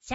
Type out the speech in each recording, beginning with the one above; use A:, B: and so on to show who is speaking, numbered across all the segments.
A: シ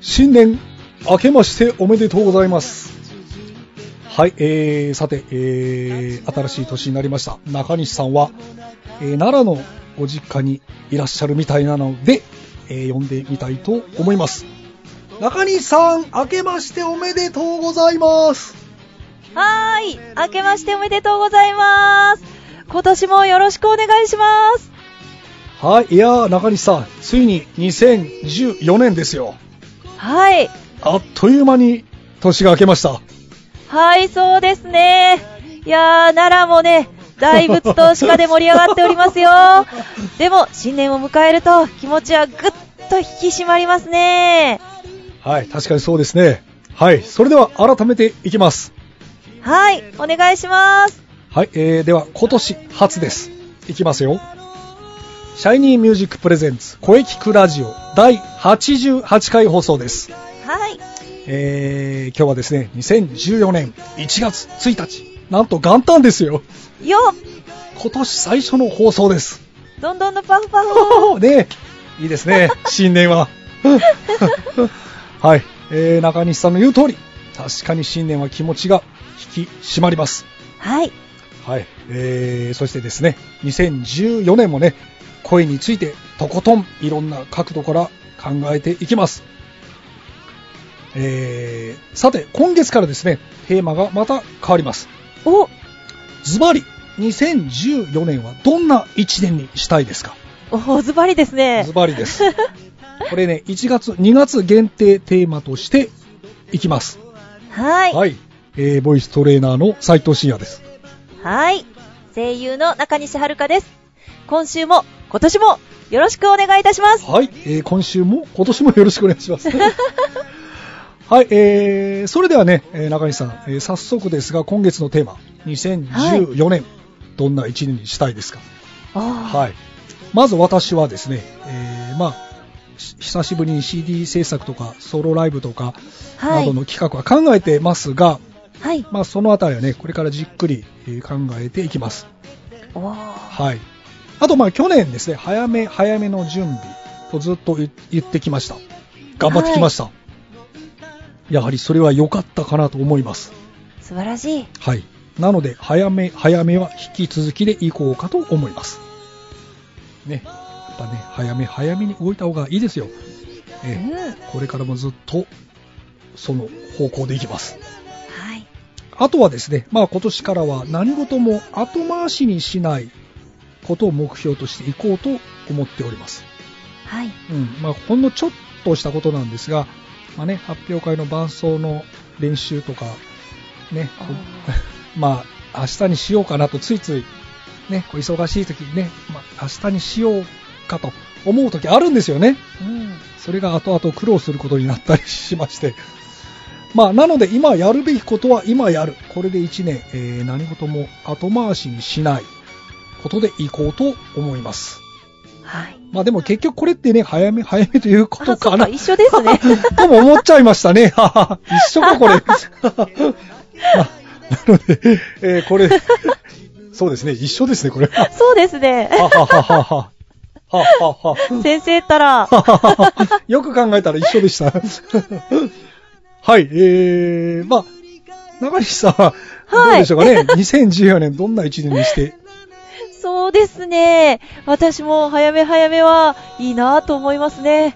B: 新年明けましておめでとうございます。はい、えー、さて、えー、新しい年になりました。中西さんは、えー奈良のご実家にいらっしゃるみたいなので、えー呼んでみたいと思います。中西さん、明けましておめでとうございます。
C: はーい、明けましておめでとうございます。今年もよろしくお願いします。
B: はい、いやー、中西さん、ついに2014年ですよ。
C: はい、
B: あっという間に年が明けました。
C: はい、そうですね。いやー、奈良もね、大仏と鹿で盛り上がっております よ。でも、新年を迎えると気持ちはぐっと引き締まりますね。
B: はい、確かにそうですね。はい、それでは改めていきます。
C: はい、お願いします。
B: はい、えー、では今年初です。いきますよ。シャイニーミュージックプレゼンツ声聞くラジオ第88回放送です。
C: はい、
B: えー、今日はですね、2014年1月1日、なんと元旦ですよ。
C: よ
B: 今年最初の放送です。
C: っどんどんのパフパフ。
B: ねいいですね、新年は。 はい、えー、中西さんの言う通り、確かに新年は気持ちが引き締まります。
C: はい、
B: はい、えー、そしてですね、2014年もね、声についてとことんいろんな角度から考えていきます。えー、さて、今月からですね、テーマがまた変わります。
C: お、
B: ズバリ、2014年はどんな1年にしたいですか
C: お、ズバリですね
B: ズ。バリです。これね、1月、2月限定テーマとしていきます。
C: はい、
B: はい、えー、ボイストレーナーの斉藤慎也です。
C: はい。声優の中西遥です。今週も今年もよろしくお願いいたします。
B: はい、えー今週も今年もよろしくお願いします。はい、えー、それではね、えー中西さん、えー早速ですが、今月のテーマ、2014年、どんな一年にしたいですか。
C: は
B: はい。まず私はですね、えーまあ、し久しぶりに CD 制作とか、ソロライブとか、
C: は
B: ないどの企画は考えてますが、
C: い。はい。
B: まあ、そのあたりはね、これからじっくりえー考えていきます。
C: おー
B: はい。あと、まあ、去年ですね、早め早めの準備とずっと言言ってきました。頑張ってきました。やはりそれは良かったかなと思います。
C: 素晴らしい。
B: はい。なので、早め早めは引き続きでいこうかと思います。ね。やっぱね、早め早めに動いた方がいいですよ。
C: う
B: え
C: ん。は
B: え、これからもずっと、その方向でいきます。
C: い。
B: あとはですね、まあ今年からは何事も後回しにしないことを目標としていこうと思っております。
C: はい。
B: うん、まあほんのちょっとしたことなんですが、まあね、発表会の伴奏の練習とか、ね、こう まあ明日にしようかなとついつい、ね、こう忙しい時にね、まあ明日にしようかと思う時あるんですよね。
C: うん。
B: それが後々苦労することになったりしまして。 まあ、なので今やるべきことは今やる。これで1年、えー何事も後回しにしないことでいこうと思います。
C: はい。
B: まあでも結局これってね、早め早めというこ
C: あ、
B: と
C: そ
B: か
C: っ
B: な
C: か、。一緒です ね。
B: とも思っちゃいましたね。 一緒か、これ。 まあなので、えーこれ、そうですね、一緒ですね、 これ。は
C: そうですね。
B: はははは。ははは。
C: 先生ったら、
B: よく考えたら一緒でした。 はい、えー、まあ、中西さんは、どうでしょうかね、2014年どんな一年に して、
C: そうですね。私も早め早めはいいなと思いますね。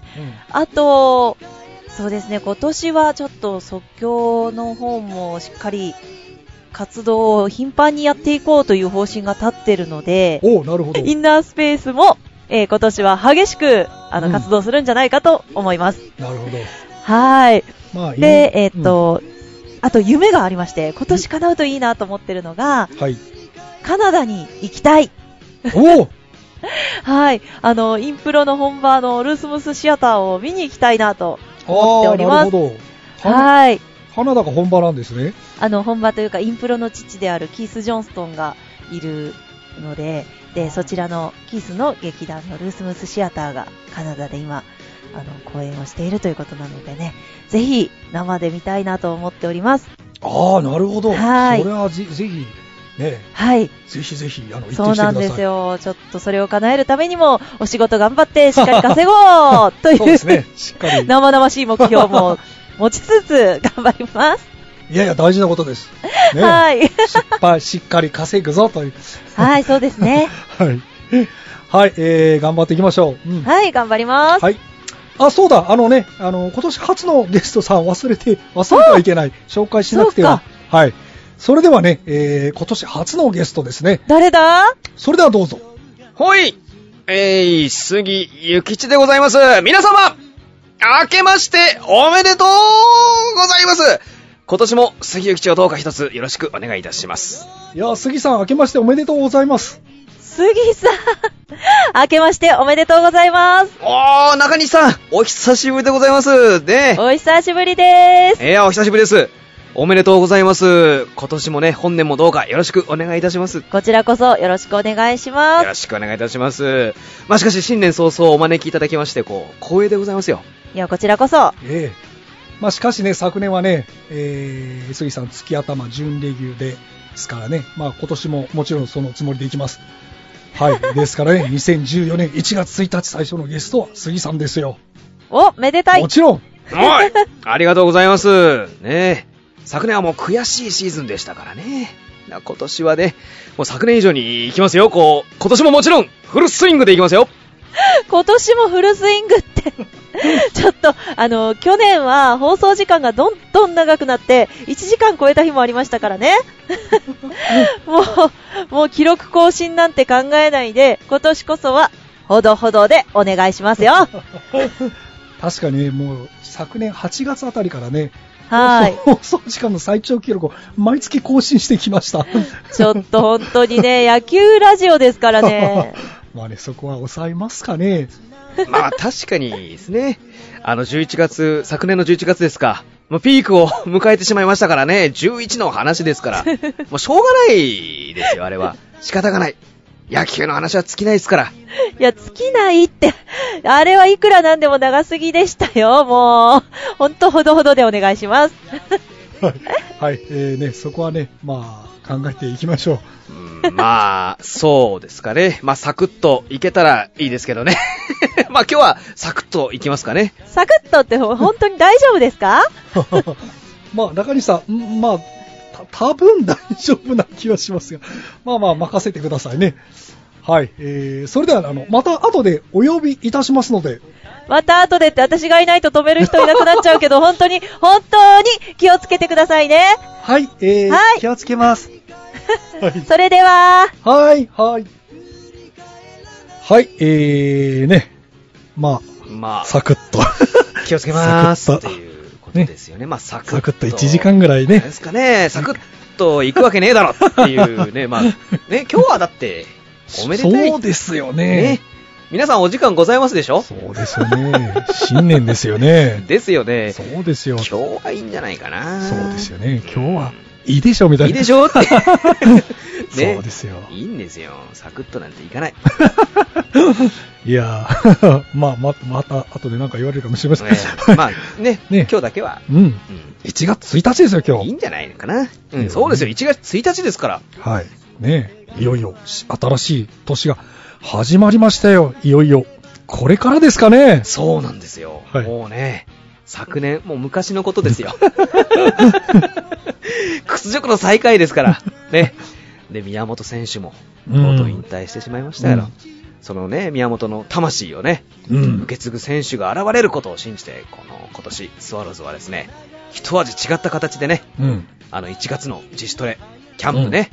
C: あと、そうですね、今年はちょっと即興の方もしっかり活動を頻繁にやっていこうという方針が立ってるので、
B: おうなるほど。
C: インナースペースも、えー今年は激しくあ
B: う
C: の
B: ん
C: 活動するんじゃないかと思います。
B: なるほど。
C: はい。
B: まあ、いい
C: で、えーっ、と、あと夢がありまして、今年叶うといいなと思ってるのが、
B: うんはい。
C: カナダに行きたい。
B: おお
C: はい。あの、インプロの本場のルースムスシアターを見に行きたいなと思って
B: あ
C: お
B: あ、
C: り
B: な
C: ま
B: るほ
C: す。
B: ど。は
C: はい。
B: 花田が本場なんですね。
C: あの、本場というか、インプロの父であるキース・ジョンストンがいるので、で、そちらのキースの劇団のルースムスシアターがカナダで今、あの、公演をしているということなのでね、ぜひ生で見たいなと思っております。
B: ああ、なるほど。
C: はい
B: それはぜぜひ、ね、
C: はい。
B: ぜひぜひ、あの、行ってきてください。
C: そうなんですよ。ちょっとそれを叶えるためにも、お仕事頑張 ってしっかり稼ごうという
B: そうですね。しっか り。
C: 生々しい目標 も持ちつつ頑張ります。
B: いやいや、大事なことです。ね、
C: はい。
B: 失敗、しっかり稼ぐぞという。
C: はい、そうです ね。
B: はい。はい、えー、頑張っていきましょう。うん
C: はい、頑張ります。
B: はい。あ、そうだ、あのね、あの、今年初のゲストさん忘れて、忘れてはいけない。紹介しなくては
C: そ。
B: はい。それではね、えー、今年初のゲストですね。
C: 誰だ
B: それではどうぞ。
D: ほいえい、杉ゆきちでございます皆様明けましておめでとうございます今年も杉ゆきちをどうか一つよろしくお願いいたします。
B: いやー、杉さん、明けましておめでとうございます。
C: 杉さん。 明けましておめでとうございます。
D: おー、中西さんお久しぶりでございますね
C: お久しぶりです。
D: えいや、お久しぶりですおめでとうございます今年もね、本年もどうかよろしくお願いいたします
C: こちらこそよろしくお願いしま
D: よ
C: す
D: ろ。しくお願いいたします。まあ、しかし新年早々お招きいただきまして、こう、光栄でございますよ。
C: いや、こちらこそ。
B: ええまあ、しかしね、昨年はね、えー、杉さん、月頭、準レギュですからね、まあ、今年ももちろんそのつもりでいきます。 はい。ですからね、2014年1月1日最初のゲストは杉さんですよ。
C: お、めでたい
B: も。ちろん。
D: おい ありがとうございます。ねえ。昨年はもう悔しいシーズンでしたからね。な今年はね、もう昨年以上に行きますよ。こう、今年ももちろん、フルスイングで行きますよ。
C: 今年もフルスイングって。ちょっと、あの、去年は放送時間がどんどん長くなって、1時間超えた日もありましたからね。 もう、もう記録更新なんて考えないで、今年こそは、ほどほどでお願いしますよ。
B: 確かにね、もう、昨年8月あたりからね、
C: はい。
B: 放送 時間の最長記録を毎月更新してきました。
C: ちょっと本当にね、 野球ラジオですからね。
B: まあね、そこは抑えますかね。
D: まあ、確かにですね。あの、11月、昨年の11月ですか。もうピークを 迎えてしまいましたからね。11の話ですから。もうしょうがないですよ、あれは。仕方がない。野球の話は尽きないですから。
C: いや、尽きないって、あれはいくらなんでも長すぎでしたよ、もう。ほんとほどほどでお願いします。
B: はい。えー、ね、そこはね、まあ、考えていきましょう。
D: うんまあ、そうですかね。まあ、サクッといけたらいいですけどね。 まあ、今日はサクッといきますかね。
C: サクッとってほ本当に大丈夫ですか
B: まあ、中西さん、んまあ、た多分大丈夫な気はしますが、まあまあ、任せてくださいね。はい。えー、それでは、あの、また後でお呼びいたしますので、
C: また後でって私がいないと止める人いなくなっちゃうけど、本当に、本当に気をつけてくださいね。
B: はい。えー、
C: はい
B: 気をつけ ます。はい。
C: それでは、
B: はい、はい。はい、えー、ね。ま
D: ま
B: あ、
D: あ、
B: サクッと。
D: 気をつけます
B: サ
D: っ
B: ク
D: て
B: ッと
D: いうことですよね。まあ、サクッと。
B: サクッと1時間ぐらいね
D: なんですかね。サクッと行くわけねえだろっていうね。まあ、ね、今日はだって、おめでたい。
B: そうですよ
D: ね
B: ね。。
D: 皆さんお時間ございますでしょ
B: そうですよね。新年ですよ ね。
D: ですよね。
B: そうですよ。
D: 今日
B: そう
D: はいいんじゃないかな。
B: ですよね。今日は、いいでしょ、みたい
D: いい
B: な。
D: で しょって。ね
B: そうですよ
D: いいんですよ。サクッとなんていかない。
B: いや ーまあ、ま、また後でなんか言われるかもしれ ません。、
D: ええまあね
B: ね
D: 今日だけは、
B: うん。
D: うん
B: 1月1日ですよ、今
D: いい
B: 日。
D: んじゃないのかな。う
B: ね
D: ん、そうですよ。1月1日ですから。
B: はい。ねいよいよ、し新しい年が始まりましたよ。いよいよ。これからですかね。
D: そうなんですよ。
B: はい
D: もうね、昨年、もう昔のことですよ。 屈辱の最下位ですから。ね。で、宮本選手も、
B: うん
D: とうとう引退してしまいましたから、
B: うん
D: そのね、宮本の魂をね、
B: うん
D: 受け継ぐ選手が現れることを信じて、この今年、スワローズはですね、一味違った形でね、
B: うん。
D: あの1月の自主トレ、キャンプね、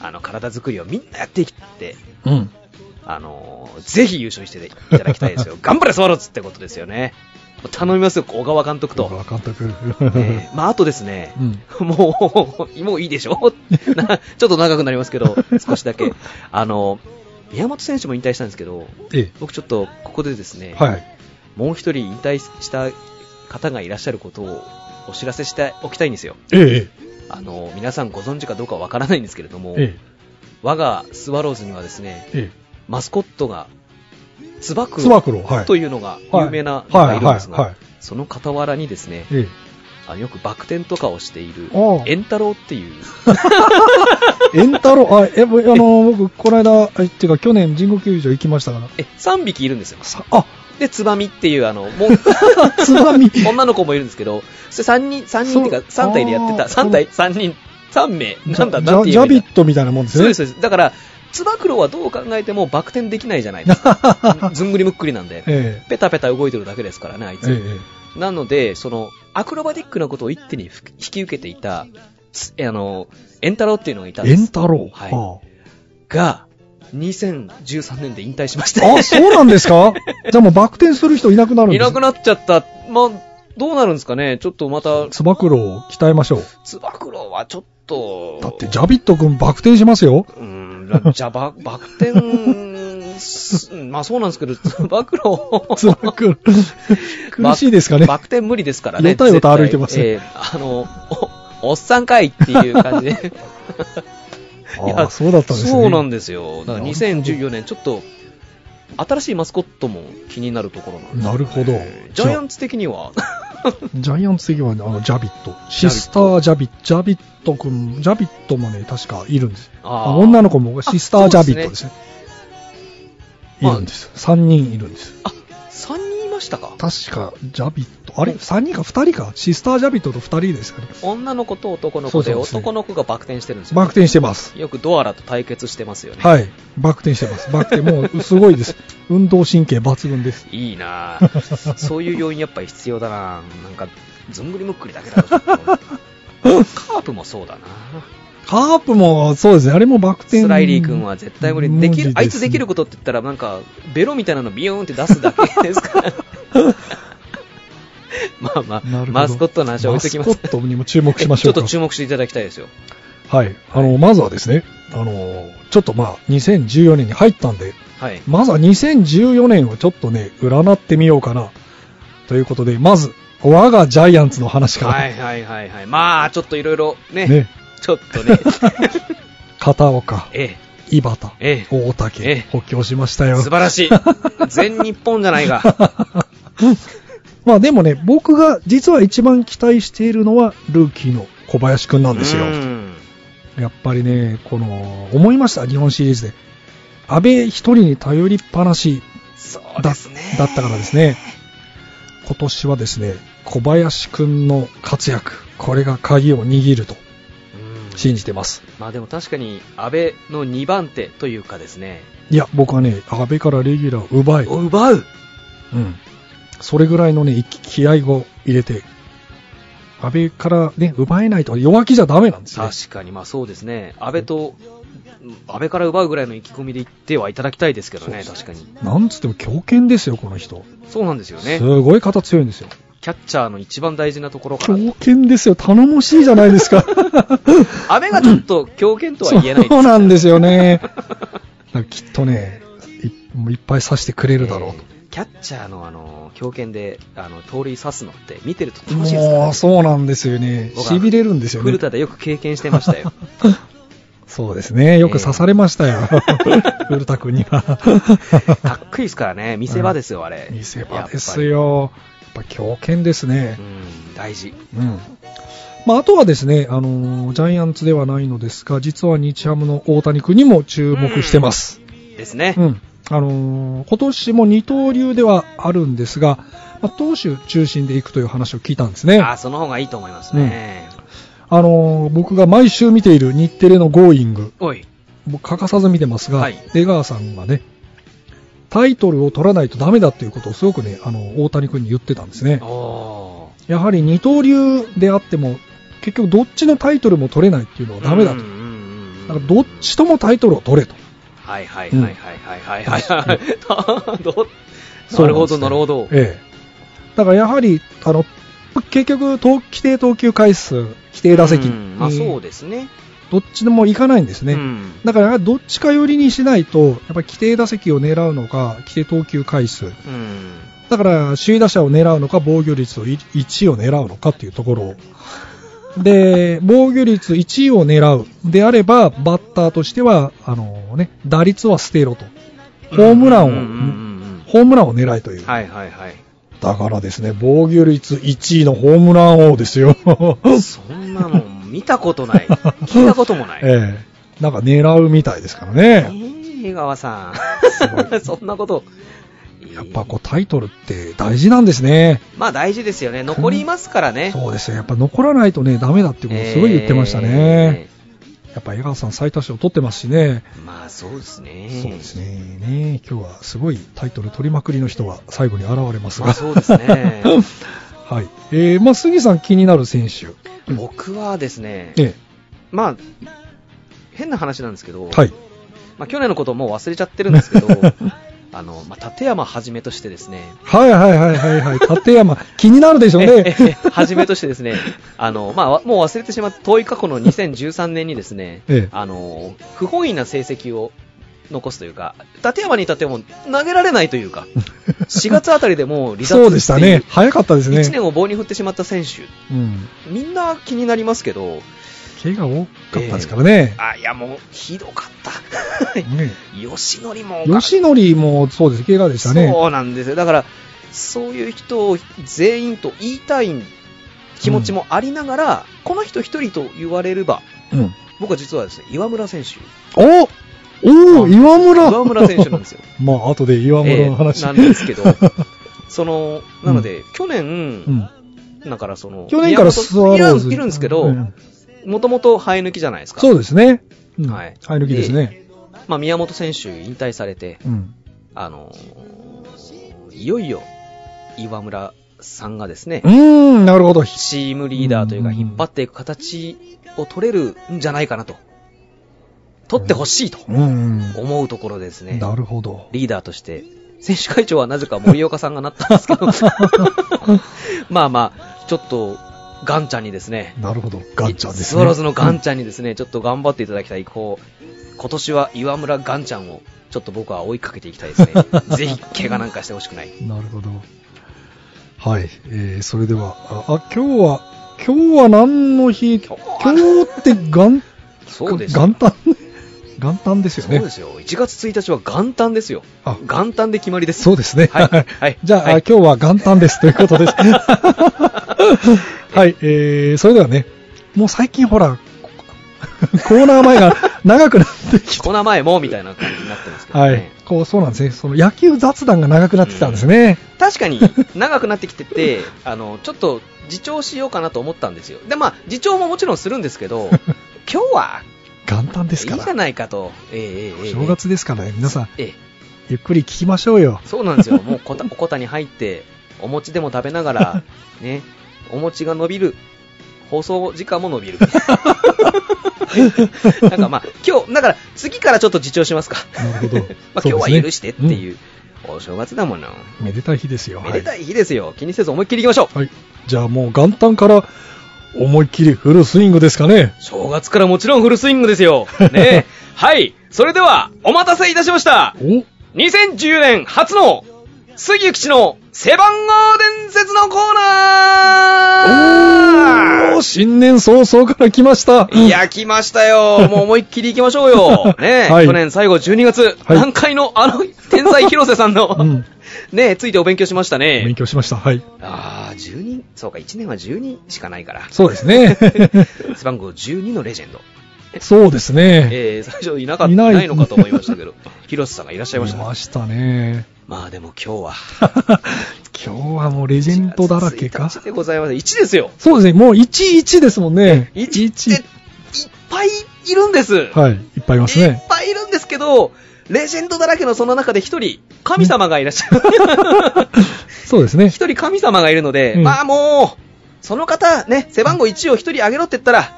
D: あの体作りをみんなやっていって、
B: うん。
D: あのーぜひ優勝していただきたいですよ、頑張れ、スワローズってことですよね。頼みますよ、小川監督と。
B: わかったくる。
D: ねまあ、あとですね、
B: うん。
D: もう、もういいで しょなちょっと長くなりますけど、少しだけ。あの、宮本選手も引退したんですけど、
B: え
D: 僕ちょっとここでですね、
B: え。はい。
D: もう一人引退した方がいらっしゃることをお知らせしておきたいんですよ。
B: ええ。
D: あの、皆さんご存知かどうかわからないんですけれども、
B: ええ。
D: 我がスワローズにはですね、
B: え
D: マスコットが、つば
B: え。
D: 九
B: つば九郎。はい。
D: と
B: いう
D: いうのが有名なのがいるんです
B: はい。は
D: が
B: い、。
D: その傍らにですね、
B: ええ。
D: あのよくバク転とかをしている、
B: ああ
D: 円太郎っていう、
B: エンタロウ、あ、え、ぼあの、僕、この間、えっていうか、去年、神宮球場行きましたから。
D: え、3匹いるんですよ。
B: さあ、
D: で、つばみっていう、あの、もう、
B: つまみ。
D: 女の子もいるんですけど、それ3人、三人っていうか、
B: そう
D: 3体でやって
B: あー
D: た、3体、3人、3名、なんだ、
B: ジャ
D: なんて
B: ジ
D: 言
B: ャ
D: えばい
B: ビ
D: いんだ
B: ットみたいなもんです
D: そう
B: ね。
D: です、そうです。だから、つば九郎はどう考えてもバク転できないじゃないですか。ずんぐりむっくりなんで。
B: え
D: ペタペタ動いてるだけですからね、あい
B: え。ええ
D: つ。。なので、その、アクロバティックなことを一手にふ引き受けていた、つあの、エンタロウっていうのがいたん
B: ええ。エ
D: で
B: ン
D: す。
B: タロウ。
D: はい
B: あ
D: が、2013年で引退しまし
B: あ、
D: て
B: あ、そうなんですかじゃあもうバク転する人いなくなるん
D: い
B: です
D: なくなっちゃった。まあ、どうなるんですかねちょっとまた、
B: つば九郎を鍛えましょう。
D: つば九郎はちょっと、
B: だって、ジャビット君バク転しますよ。
D: うーん、じゃあ、ば、バク転、すまあそうなんですけど、つば九郎、
B: つば九 郎。苦しいですかね。
D: バク転無理ですからね。
B: よたよた
D: 絶対
B: 歩いてますよ
D: ええあの、お、おっさんかいっていう 感じで。い
B: ああ、
D: や
B: そうだったんですね。
D: そうなん
B: だ。
D: ですよ。だから2014年、ちょっと、新しいマスコットも気になるところなんです
B: なるほど
D: ええジャイアンツ的には、
B: ジャイアンツ的には、あの、ジャビット。シスター・ジャビット。ジャビット君、ジャビットもね、確かいるんですよ。
D: あ
B: あ
D: あ
B: 女の子もシスター・ジャビットですね。い
D: そうですね
B: るんです。3人いるんです。
D: 3人いましたか
B: 確か、ジャビット。あれ ?3 人か2人かシスター・ジャビットと2人ですかね。
D: 女の子と男の子
B: そ
D: で、
B: うそうそう
D: 男の子がバク転してるんですよ。
B: バク転してます。
D: よくドアラと対決してますよね。
B: はい。バク転してます。バク転、も う、すごいです。運動神経抜群です。
D: いい なぁそういう要因やっぱり必要だなぁなんか、ずんぐりむっくりだけだろ、ちょっと カープもそうだなぁ
B: カープも、そうですね。あれもバク転。
D: スライリー君は絶対無理。でき
B: 無理です
D: る、
B: ね
D: あいつできることって言ったら、なんか、ベロみたいなのビヨーンって出すだけで すから。まあまあ
B: なるほ、ど
D: マスコットの話は置いときます。
B: マスコットにも注目しましょう
D: ち
B: か
D: ょっと。注目していただきたいですよ。
B: はい。あの、まずはですね、あの、ちょっとまあ、2014年に入ったんで、
D: はい。
B: まずは2014年をちょっとね、占ってみようかな。ということで、まず、我がジャイアンツの話から、
D: はいはいはいはい。まあ、ちょっといろいろね、
B: ね、
D: ちょっとね、
B: 片岡、
D: ええ、
B: 井端、
D: え
B: 大
D: え
B: 竹
D: え、
B: 補強しました
D: え、
B: よ
D: 素。晴らしい。全日本じゃないが。
B: まあでもね、僕が実は一番期待しているのは、ルーキーの小林くんなんですよ
D: う。ん
B: やっぱりね、この、思いました、日本シリーズで。安倍一人に頼りっぱなし
D: そう
B: だ,、
D: ですね。
B: だったからですね。今年はですね、小林くんの活躍、これが鍵を握ると
D: うん
B: 信じてます。
D: まあでも確かに、安倍の2番手というかですね、
B: いや、僕はね、安倍からレギュラーを奪い、
D: お奪う
B: うん。それぐらいのね、い気合を入れて、安倍からね、奪えないと弱気じゃダメなんですよ、ね。
D: 確かに、まあそうですね、安倍と、安倍から奪うぐらいの意気込みで言ってはいただきたいですけどね、
B: そう
D: 確かに。
B: なんつっても強肩ですよ、この人。
D: そうなんですよね
B: す。ごい肩強いんですよ。
D: キャッチャーの一番大事なところか
B: 強
D: ら。
B: 肩ですよ、頼もしいじゃないです か。
D: 安倍がちょっと狂犬とは言えないです
B: そうなんですよね。だからきっとね、いもういっぱい刺してくれるだろうと。
D: えーキャッチャーのあの、狂犬で、あの、盗塁刺すのって見てると楽しいですから
B: もう、そうなんですよね。
D: 僕は
B: 痺れるんですよね
D: 古。田でよく経験してましたよ。
B: そうですね。よく刺されましたよ。 古田君には。
D: かっこいいですからね、見せ場ですよ、あれ。
B: 見せ場ですよ。やっぱ強肩ですね
D: やっぱり。。うん、大事。
B: うん。まあ、あとはですね、あのージャイアンツではないのですが、実は日ハムの大谷君にも注目してます。
D: ですね
B: う。ん。あのー今年も二刀流ではあるんですが、まあ、投手中心で行くという話を聞いたんですね。
D: あーその方がいいと思いますね。
B: あのー僕が毎週見ている日テレの Going、
D: おい。
B: もう欠かさず見てますが、
D: はい
B: 江川さんがね、タイトルを取らないとダメだっていうことをすごくね、あの、大谷君に言ってたんですね。
D: おー。
B: やはり二刀流であっても、結局どっちのタイトルも取れないっていうのはダメだと。
D: うんうんうんうん
B: だからどっちともタイトルを取れと。
D: はいはいはいはいはいはいはい。はいどうなるほど、なるほど。
B: ええ。だからやはり、あの、結局、投規定投球回数、規定打席、
D: うんまあ、
B: えー
D: そうですね。
B: どっちでもいかないんですね。
D: うん
B: だから、どっちか寄りにしないと、やっぱり規定打席を狙うのか、規定投球回数。
D: うん
B: だから、首位打者を狙うのか、防御率をい1位を狙うのかっていうところ。で、防御率1位を狙う。であれば、バッターとしては、あのね、打率は捨てろと。ホームランを、
D: うんうんうん
B: ホームランを狙いという
D: うん。はいはいはい。
B: だからですね、防御率1位のホームラン王ですよ。
D: そんなの見たこと ない。聞いたこともない。
B: ええなんか狙うみたいですから
D: え
B: ね。
D: ー江川さ
B: ご
D: ん。 そんなこと。
B: やっぱこうタイトルって大事なんですね。
D: まあ大事ですよね。残りますからね。
B: そうですよ。やっぱ残らないとね、ダメだってことをすごい言ってましたね。やっぱ江川さん最多勝取ってますしね。
D: えー。まあそうですね。
B: そうですね。ね今日はすごいタイトル取りまくりの人が最後に現れます
D: まあ
B: が。
D: そうですね。
B: はい。えー、まあ杉さん気になる選手。うん
D: 僕はですね、
B: え
D: まあ、変な話なんですけど、
B: えはい。
D: まあ、去年のことをもう忘れちゃってるんで すけど、あの、まあ、立山はじめとしてですね、
B: はいはいはいはいはい。立山、気になるでしょうね。
D: はじめとしてで すね、あの、まあ、わもう忘れてしまった遠い過去の2013年にですね、
B: ええ
D: あの、不本意な成績を残すというか、立山に至ってはもう投げられないとい うか、4月あたりでもう離脱
B: そうでしたね。早かったですね。
D: 1年を棒に振ってしまった選手、
B: うん。
D: みんな気になりますけど、
B: 怪が多かったですからね。
D: あ、いやもう、ひどか った。
B: ね
D: 吉典も、
B: 吉典もそうです、怪我でしたね。
D: そうなんですよ。だから、そういう人を全員と言いたい気持ちもありながら、この人一人と言われれば、
B: うん
D: 僕は実はですね、岩村選手。
B: おおー
D: あ
B: 岩村
D: 岩村選手なんですよ。
B: まあ、後で 岩村の話。
D: ええなんですけどその、なので、去年
B: う、ん
D: だからその、
B: 去年からスワロー
D: い
B: ズ
D: るいるんですけど、
B: うん
D: もともと生え抜きじゃないですか。
B: そうですね。うん
D: はい
B: 生え抜きですね。
D: まあ、宮本選手引退されて、
B: うん
D: あのーいよいよ、岩村さんがですね
B: う、ーん、なるほど。ひ
D: チームリーダーというか
B: うん
D: 引っ張っていく形を取れるんじゃないかなと。取ってほしいと
B: うん。
D: 思うところですね。
B: なるほど。
D: リーダーとして。選手会長はなぜか森岡さんがなったんです けど。まあまあ、ちょっと、ガンちゃんにですね。
B: なるほど。ガンちゃんですね。
D: スワローズのガンちゃんにですね、ちょっと頑張っていただきたい。こう、今年は岩村ガンちゃんを、ちょっと僕は追いかけていきたいです ね。ぜひ、怪我なんかしてほしくない。
B: なるほど。はい。えー、それでは、あ、あ今日は、今日は何の日今日って元、
D: そうですよ
B: 元旦元旦ですよ
D: そうで
B: ね。
D: すよ。1月1日は元旦ですよ。
B: あ
D: 元旦で決まりです。
B: そうですね。
D: はいはい
B: じゃあ、
D: はい
B: あ今日は元旦ですということ です。はい。えー、それではね、もう最近ほら、こコーナー前が長くなってきて、
D: この前もみたいな感じになってますけどね。
B: はい。こう、そうなんですね。その野球雑談が長くなってきたんですね。
D: 確かに長くなってきてて、 あの、ちょっと自重しようかなと思ったんですよ。で、まあ、自重ももちろんするんです けど、今日は
B: 元旦です
D: い
B: か
D: いじゃ
B: ら。
D: ないかと。ええええええ
B: 正月ですからね、皆さん、
D: ええ
B: ゆっくり聞きましょうよ。
D: そうなんですよ。もうこた、 おこたに入って、お餅でも食べながら、 ね、お餅が伸びる。放送時間も伸び る。なんかまあ、今日、だから次からちょっと自重しますか。
B: なるほど
D: まあ
B: そうですね
D: 今日は許してっていう、お正月だもの。
B: めでたい日ですよ。
D: めでたい日ですよ。気にせず思いっきり行きましょう。
B: はい。はい。じゃあもう元旦から思いっきりフルスイングですかね。
D: 正月からもちろんフルスイングですよ。 ねえはい。それでは、お待たせいたしました。
B: お
D: 2010年初の、杉吉の背番号伝説のコーナ
B: おー
D: ー
B: 新年早々から来ました。
D: いや、来ました よ。もう思いっきり行きましょうよ。ねえ、
B: はい
D: 去年最後12月、
B: はい
D: 南海のあの天才広瀬さんの、
B: うん
D: ねえ、ついてお勉強しましたね。
B: 勉強しました。はい。
D: ああ、10人、そうか、1年は10人しかないから。
B: そうです ね。
D: 背番号12のレジェンド。
B: そうですね。
D: えー、最初いなかった、
B: い
D: い
B: な
D: ないいのかと思いました けど、広瀬さんがいらっしゃいましたね。
B: ましたね。
D: まあでも今日は、
B: 今日はもうレジェンドだらけか。
D: 1でございます。1ですよ。
B: そうですね。もう11ですもんね。
D: 1って、いっぱいいるんです。
B: はい。いっぱいいます
D: いっ
B: ね。
D: ぱいいるんですけど、レジェンドだらけのその中で一人、神様がいらっしゃる。
B: そうですね。
D: 一人神様がいるので、
B: うん
D: まあもう、その方、ね、背番号1を一人あげろって言ったら、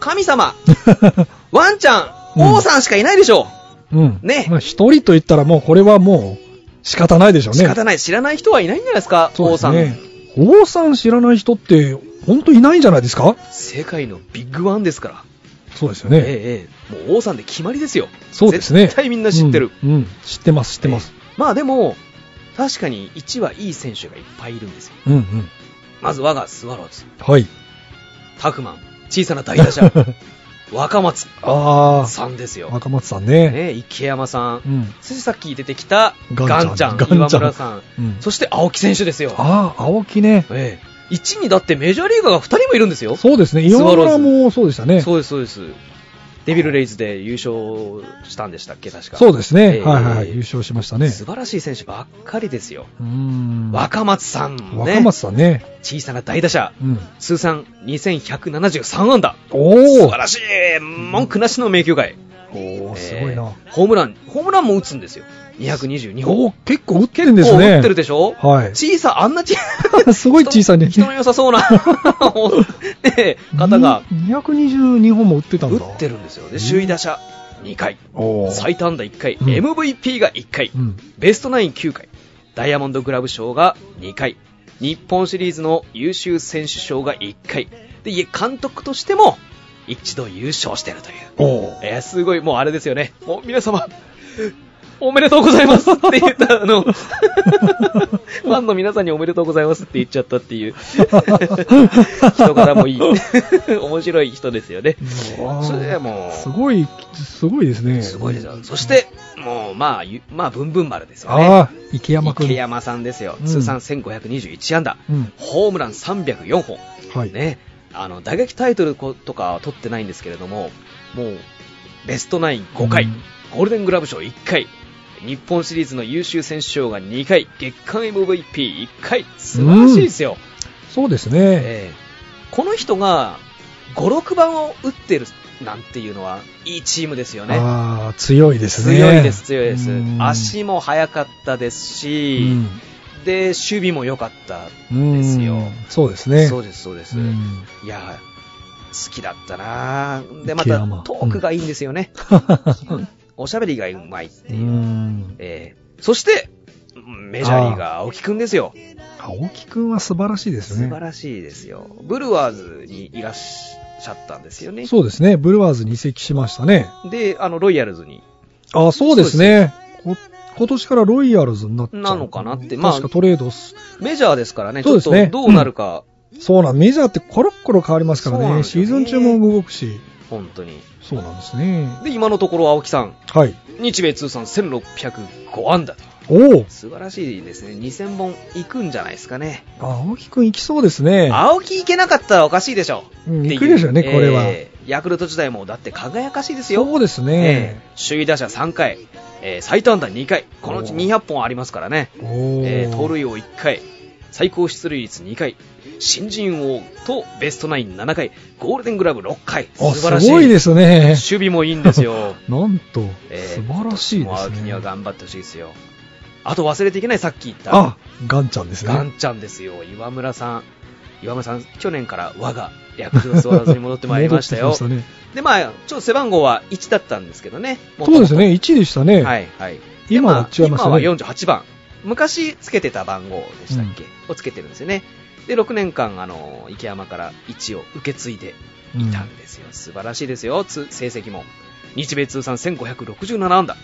D: 神様、ワンちゃん、
B: うん
D: 王さんしかいないでしょ う。
B: うん。
D: ね
B: まあ一人と言ったらもうこれはもう仕方ないでしょうね。
D: 仕方ない。知らない人はいないんじゃないですか、
B: そうで
D: 王
B: す
D: さん
B: ね。王さん知らない人って、ほんといないんじゃないですか
D: 世界のビッグワンですから。
B: そうですよね。
D: ええええ、もう王さんで決まりですよ。
B: そうですね。
D: 絶対みんな知ってる。
B: うん。うん知ってます、知ってます。
D: まあでも、確かに1はいい選手がいっぱいいるんですよ。
B: うんうん。
D: まず我がスワローズ、
B: はい。
D: タクマン、小さな大 打者、若松
B: ああ、
D: さんですよ。
B: 若松さんね。
D: ね、池山さん、
B: うん。
D: そしてさっき出てきたガ
B: ガ
D: ン
B: ン
D: ち
B: ち
D: ゃ
B: ゃ
D: ん、
B: ん
D: 岩村さん、
B: うん、
D: そして青木選手ですよ。
B: ああ、青木ね。
D: ええ、1にだってメジャーリーガーが2人もいるんですよ。
B: そうですね。
D: スワ
B: 岩
D: ローズ
B: 村もそうでしたね。
D: そうです、そうです。デビルレイズで優勝したんでしたっけ、確か。
B: そうです
D: え
B: ね。
D: え
B: はいはいはい。優勝しましたね。
D: 素晴らしい選手ばっかりですよ。
B: うーん。
D: 若松さん、ね、
B: 若松さんね。
D: 小さな大打者、
B: うん。
D: 通算2173安打。素
B: おお
D: 晴らしい文句なしの名球会。
B: お
D: えー
B: おすごいな。
D: ホームラン、ホームランも打つんですよ。222本。
B: おお結構打ってるんです
D: 打
B: ね。
D: ってるでしょ
B: はい。
D: 小さ、あんな小 さ
B: すごい小さいね。
D: 人の良さそ うな、ね、方が
B: に222本も打ってたん
D: 打
B: だ。
D: ってるんですよ。で、首位打者2回、
B: おお。
D: 最多安打1回、
B: うん
D: MVP が1回
B: う、ん。
D: ベストナイン9回、ダイヤモンドグラブ賞が2回、日本シリーズの優秀選手賞が1回、で、いえ監督としても一度優勝してるという。
B: おお。
D: えー、すごい、もうあれですよね。もう皆様、おめでとうございますって言った、あの、ファンの皆さんにおめでとうございますって言っちゃったっ ていう、人柄もい い。面白い人ですよね。それでも
B: す
D: う、
B: ごい、すごいですね。
D: すごいですよ。そして、もう、まあ、ゆまあ、ブンブン丸ですよね。
B: ああ、池山君。
D: 池山さんですよ。
B: うん
D: 通算1521安打。
B: うん。
D: ホームラン304本。
B: はい。
D: ね、あの打撃タイトルことかは取ってないんですけれども、もうベストナイン5回、
B: うん
D: ゴールデングラブ賞1回、日本シリーズの優秀選手賞が2回、月間 MVP1 回、素晴らしいですよ、
B: そうですね。
D: ええこの人が5、6番を打ってるなんていうのは、いいチームですよね。
B: ああ、強いですね。
D: 強いです、強いです
B: う。ん
D: 足も速かったですし、で、守備も良かった。
B: うん
D: ですよ
B: うんそうですね。
D: そう
B: で
D: です、そうです。 いやー好きだったなーで、ま
B: 池
D: た
B: 山
D: トークがいいんですよね。おしゃべりがうまいって
B: う
D: いう。
B: ん。
D: えーそして、メジャーリーガー、青木くんですよ。
B: 青木くんは素晴らしいです
D: 素
B: ね。
D: 晴らしいですよ。ブルワーズにいらっしゃったんですよね。
B: そうですね。ブルワーズに移籍しましたね。
D: で、あの、ロイヤルズに。
B: あそうですね。こ今年からロイヤルズになっちゃう
D: なのかなってまあ
B: 確かトレードす。
D: メジャーですからね、ち
B: そう
D: ょ
B: で
D: っ
B: す
D: と
B: ね
D: どうなるか、
B: そうなん、メジャーってコロッコロ変わりますから
D: そうなん
B: ね。
D: です
B: シ
D: よ
B: ー
D: ね
B: ズン中も動くし。
D: 本当に。
B: そうなんですね。
D: で、今のところ青木さん、
B: はい。
D: 日米通算1605安打と。
B: おお
D: 素晴らしいですね。2000本いくんじゃないですかね。
B: 青木くん行きそうですね。
D: 青木いけなかったらおかしいでしょ。
B: うん
D: ってい
B: 行くでしょうね、これは。
D: えーヤクルト時代もだって輝かしいですよ。
B: そうですね。
D: えー首位打者3回、えー最多安打2回、このうち200本ありますからね。
B: おお
D: えー盗塁王1回、最高出塁率2回、新人王とベストナイン7回、ゴールデングラブ6回。素
B: あ、
D: 晴らしい。
B: すごいですね
D: 守。 備もいいんですよ。
B: なんと、
D: えー
B: 素晴ら しい
D: もう
B: です
D: 青木には
B: ね。
D: 頑張ってほしいですよ。あと忘れていけないさっき言った、
B: あ、ガンちゃんです
D: ガン
B: ね。
D: ちゃんですよ。岩村さん。岩村さん、去年から我がヤクルトスワローズに戻ってまいりましたよ
B: 戻って。きね
D: で、まあ、ちょっと背番号は1だったんですけどね。もと
B: そう
D: も
B: です。
D: と
B: ね、1位でしたね。
D: はい、はい。
B: 今は
D: で
B: 違います
D: 今は
B: よね。
D: 48番。昔つけてた番号でしたっけ、をつけてるんですよね。で、6年間、あの、池山から1を受け継いで
B: うん
D: いたんですよ。素晴らしいですよ、つ成績も。日米通算1567安打。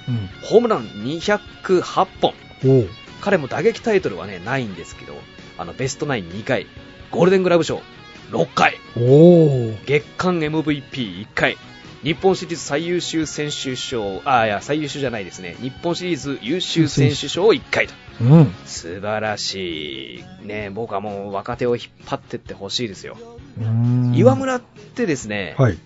D: ホームラン208本。
B: うん。おう
D: 彼も打撃タイトルはね、ないんですけど、あの、ベストナイン2回、ゴールデングラブ賞6回。
B: おう
D: 月間 MVP1 回日本シリーズ最優秀選手賞あいや最優秀じゃないですね日本シリーズ優秀選手賞1回と
B: うん。
D: 素晴らしいね僕はもう若手を引っ張ってってほしいですよ、
B: うーん
D: 岩村ってですね、
B: はい。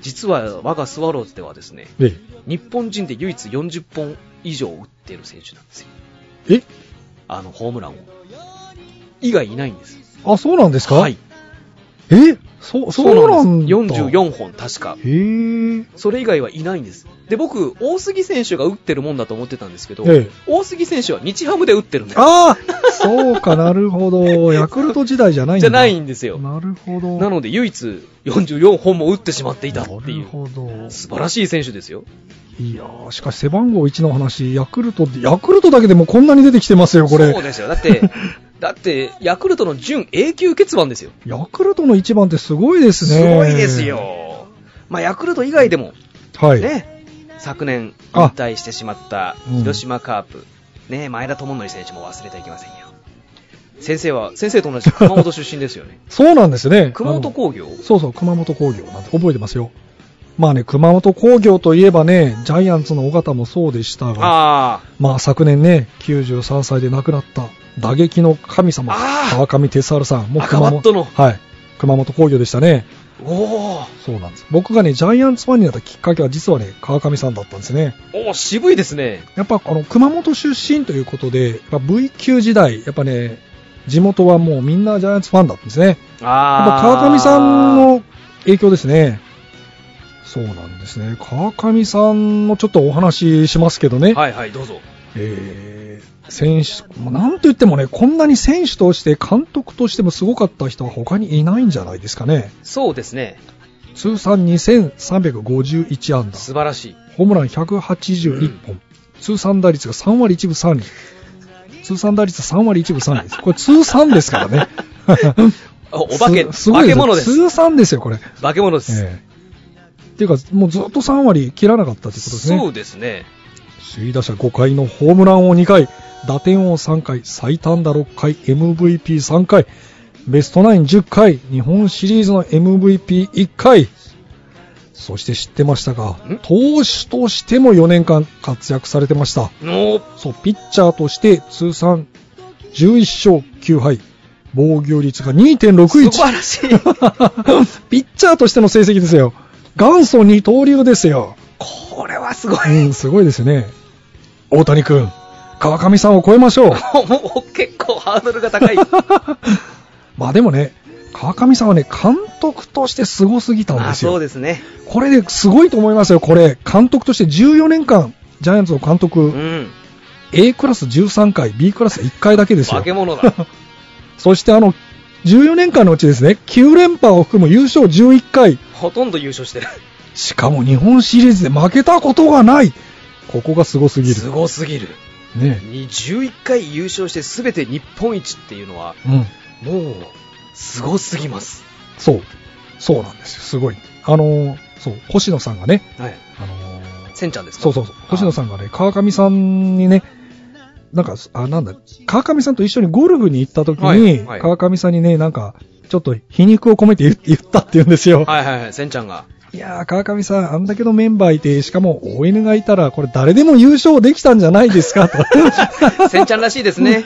D: 実は我がスワローズではですね
B: え、
D: 日本人で唯一40本以上打ってる選手なんですよ
B: え
D: あのホームランを以外いないんです
B: あ、そうなんですか
D: はい。
B: えそ、そうなんだ。
D: そうです44本確か
B: へえ。
D: それ以外はいないんです。で、僕、大杉選手が打ってるもんだと思ってたんですけど、
B: ええ
D: 大杉選手は日ハムで打ってるんだよ。
B: ああそうかなるほ ど。ヤクルト時代じゃないんだ。
D: じゃないんですよ。
B: なるほど。
D: なので、唯一44本も打ってしまっていたって
B: ないる
D: う、
B: ほど。
D: 素晴らしい選手ですよ。
B: いやー、しかし背番号1の話、ヤクルトって、ヤクルトだけでもこんなに出てきてますよ、これ。
D: そうですよ。だって、だって、ヤクルトの準永久欠番ですよ。
B: ヤクルトの一番ってすごいですね。
D: すごいです。よ。まあ、ヤクルト以外でも、
B: はい。
D: ね、昨年引
B: あ
D: 退してしまった
B: うん
D: 広島カープ、ね、前田智則選手も忘れてはいけませんよ。先生は、先生と同 じ熊本出身ですよね。
B: そうなんですね。
D: 熊
B: あ
D: 本
B: の
D: 工業
B: そうそう、熊本工業なんて覚えてますよ。まあね、熊本工業といえばね、ジャイアンツの尾形もそうでしたが、
D: あ
B: まあ昨年ね、93歳で亡くなった打撃の神様、
D: あー
B: 川上哲治さん、
D: 赤バットの
B: はい、熊本工業でしたね。
D: あ、おー
B: そうなんです。僕がね、ジャイアンツファンになったきっかけは実はね、川上さんだったんですね。
D: おー渋いですね。
B: やっぱあの熊本出身ということで、やっぱ V 級時代、やっぱね、地元はもうみんなジャイアンツファンだったんですね。やっ
D: あ
B: ぱ
D: あ。
B: 川上さん、の影響ですね。そうなんですね。川上さんのちょっとお話ししますけどね。
D: はいはい、どうぞ。
B: えー選手、もうなんといってもね、こんなに選手として監督としてもすごかった人は他にいないんじゃないですかね。
D: そうですね。
B: 通算2351安打。
D: 素晴らしい。
B: ホームラン181本、通算打率が3割1分3厘。通算打率3割1分3厘です。これ通算ですからね。
D: おお化け、
B: すすご
D: 化
B: い
D: け
B: よ
D: 物です。
B: 通算ですよ、これ。
D: 化け物です。
B: ええっていうか、もうずっと3割切らなかったということです
D: そ
B: ね
D: う。ですね。
B: 首位打者5回のホームランを2回、打点王3回、最短打6回、MVP3 回、ベストナイン10回、日本シリーズの MVP1 回、そして知ってましたか
D: ん、
B: 投手としても4年間活躍されてました。
D: のー
B: そう、ピッチャーとして通算11勝9敗、防御率が2.61。
D: 素晴らしい。
B: ピッチャーとしての成績ですよ。元祖二刀流ですよ。
D: これはすごい。
B: うん、すごいですよね。大谷君、川上さんを超えましょう。
D: もう結構ハードルが高い。
B: まあでもね、川上さんはね、監督としてすごすぎたん
D: あ
B: ですよ。
D: そうですね。
B: これですごいと思いますよ、これ。監督として14年間、ジャイアンツの監督、
D: うん。
B: A クラス13回、B クラス1回だけです
D: 化
B: よ
D: け。物だ。
B: そしてあの、14年間のうちですね、9連覇を含む優勝11回、
D: ほとんど優勝してる。
B: しかも日本シリーズで負けたことがない。ここがすごすぎる
D: す。ごすぎる。
B: ね。
D: に11回優勝して全て日本一っていうのは、
B: うん。
D: もう、すごすぎます。
B: そう。そうなんですよ。すごい。あのーそう、星野さんがね、
D: はい。
B: あのー
D: せんちゃんですか
B: そうそうそう。星野さんがね、川上さんにね、なんか、あ、なんだ、川上さんと一緒にゴルフに行った時に、
D: はいはい
B: 川上さんにね、なんか、ちょっと皮肉を込めて言言ったって言うんですよ。
D: はいはいはい、せんちゃんが。
B: いやー、川上さん、あんだけのメンバーいて、しかも、お犬がいたら、これ誰でも優勝できたんじゃないです か、と。
D: せんちゃんらしいで すね。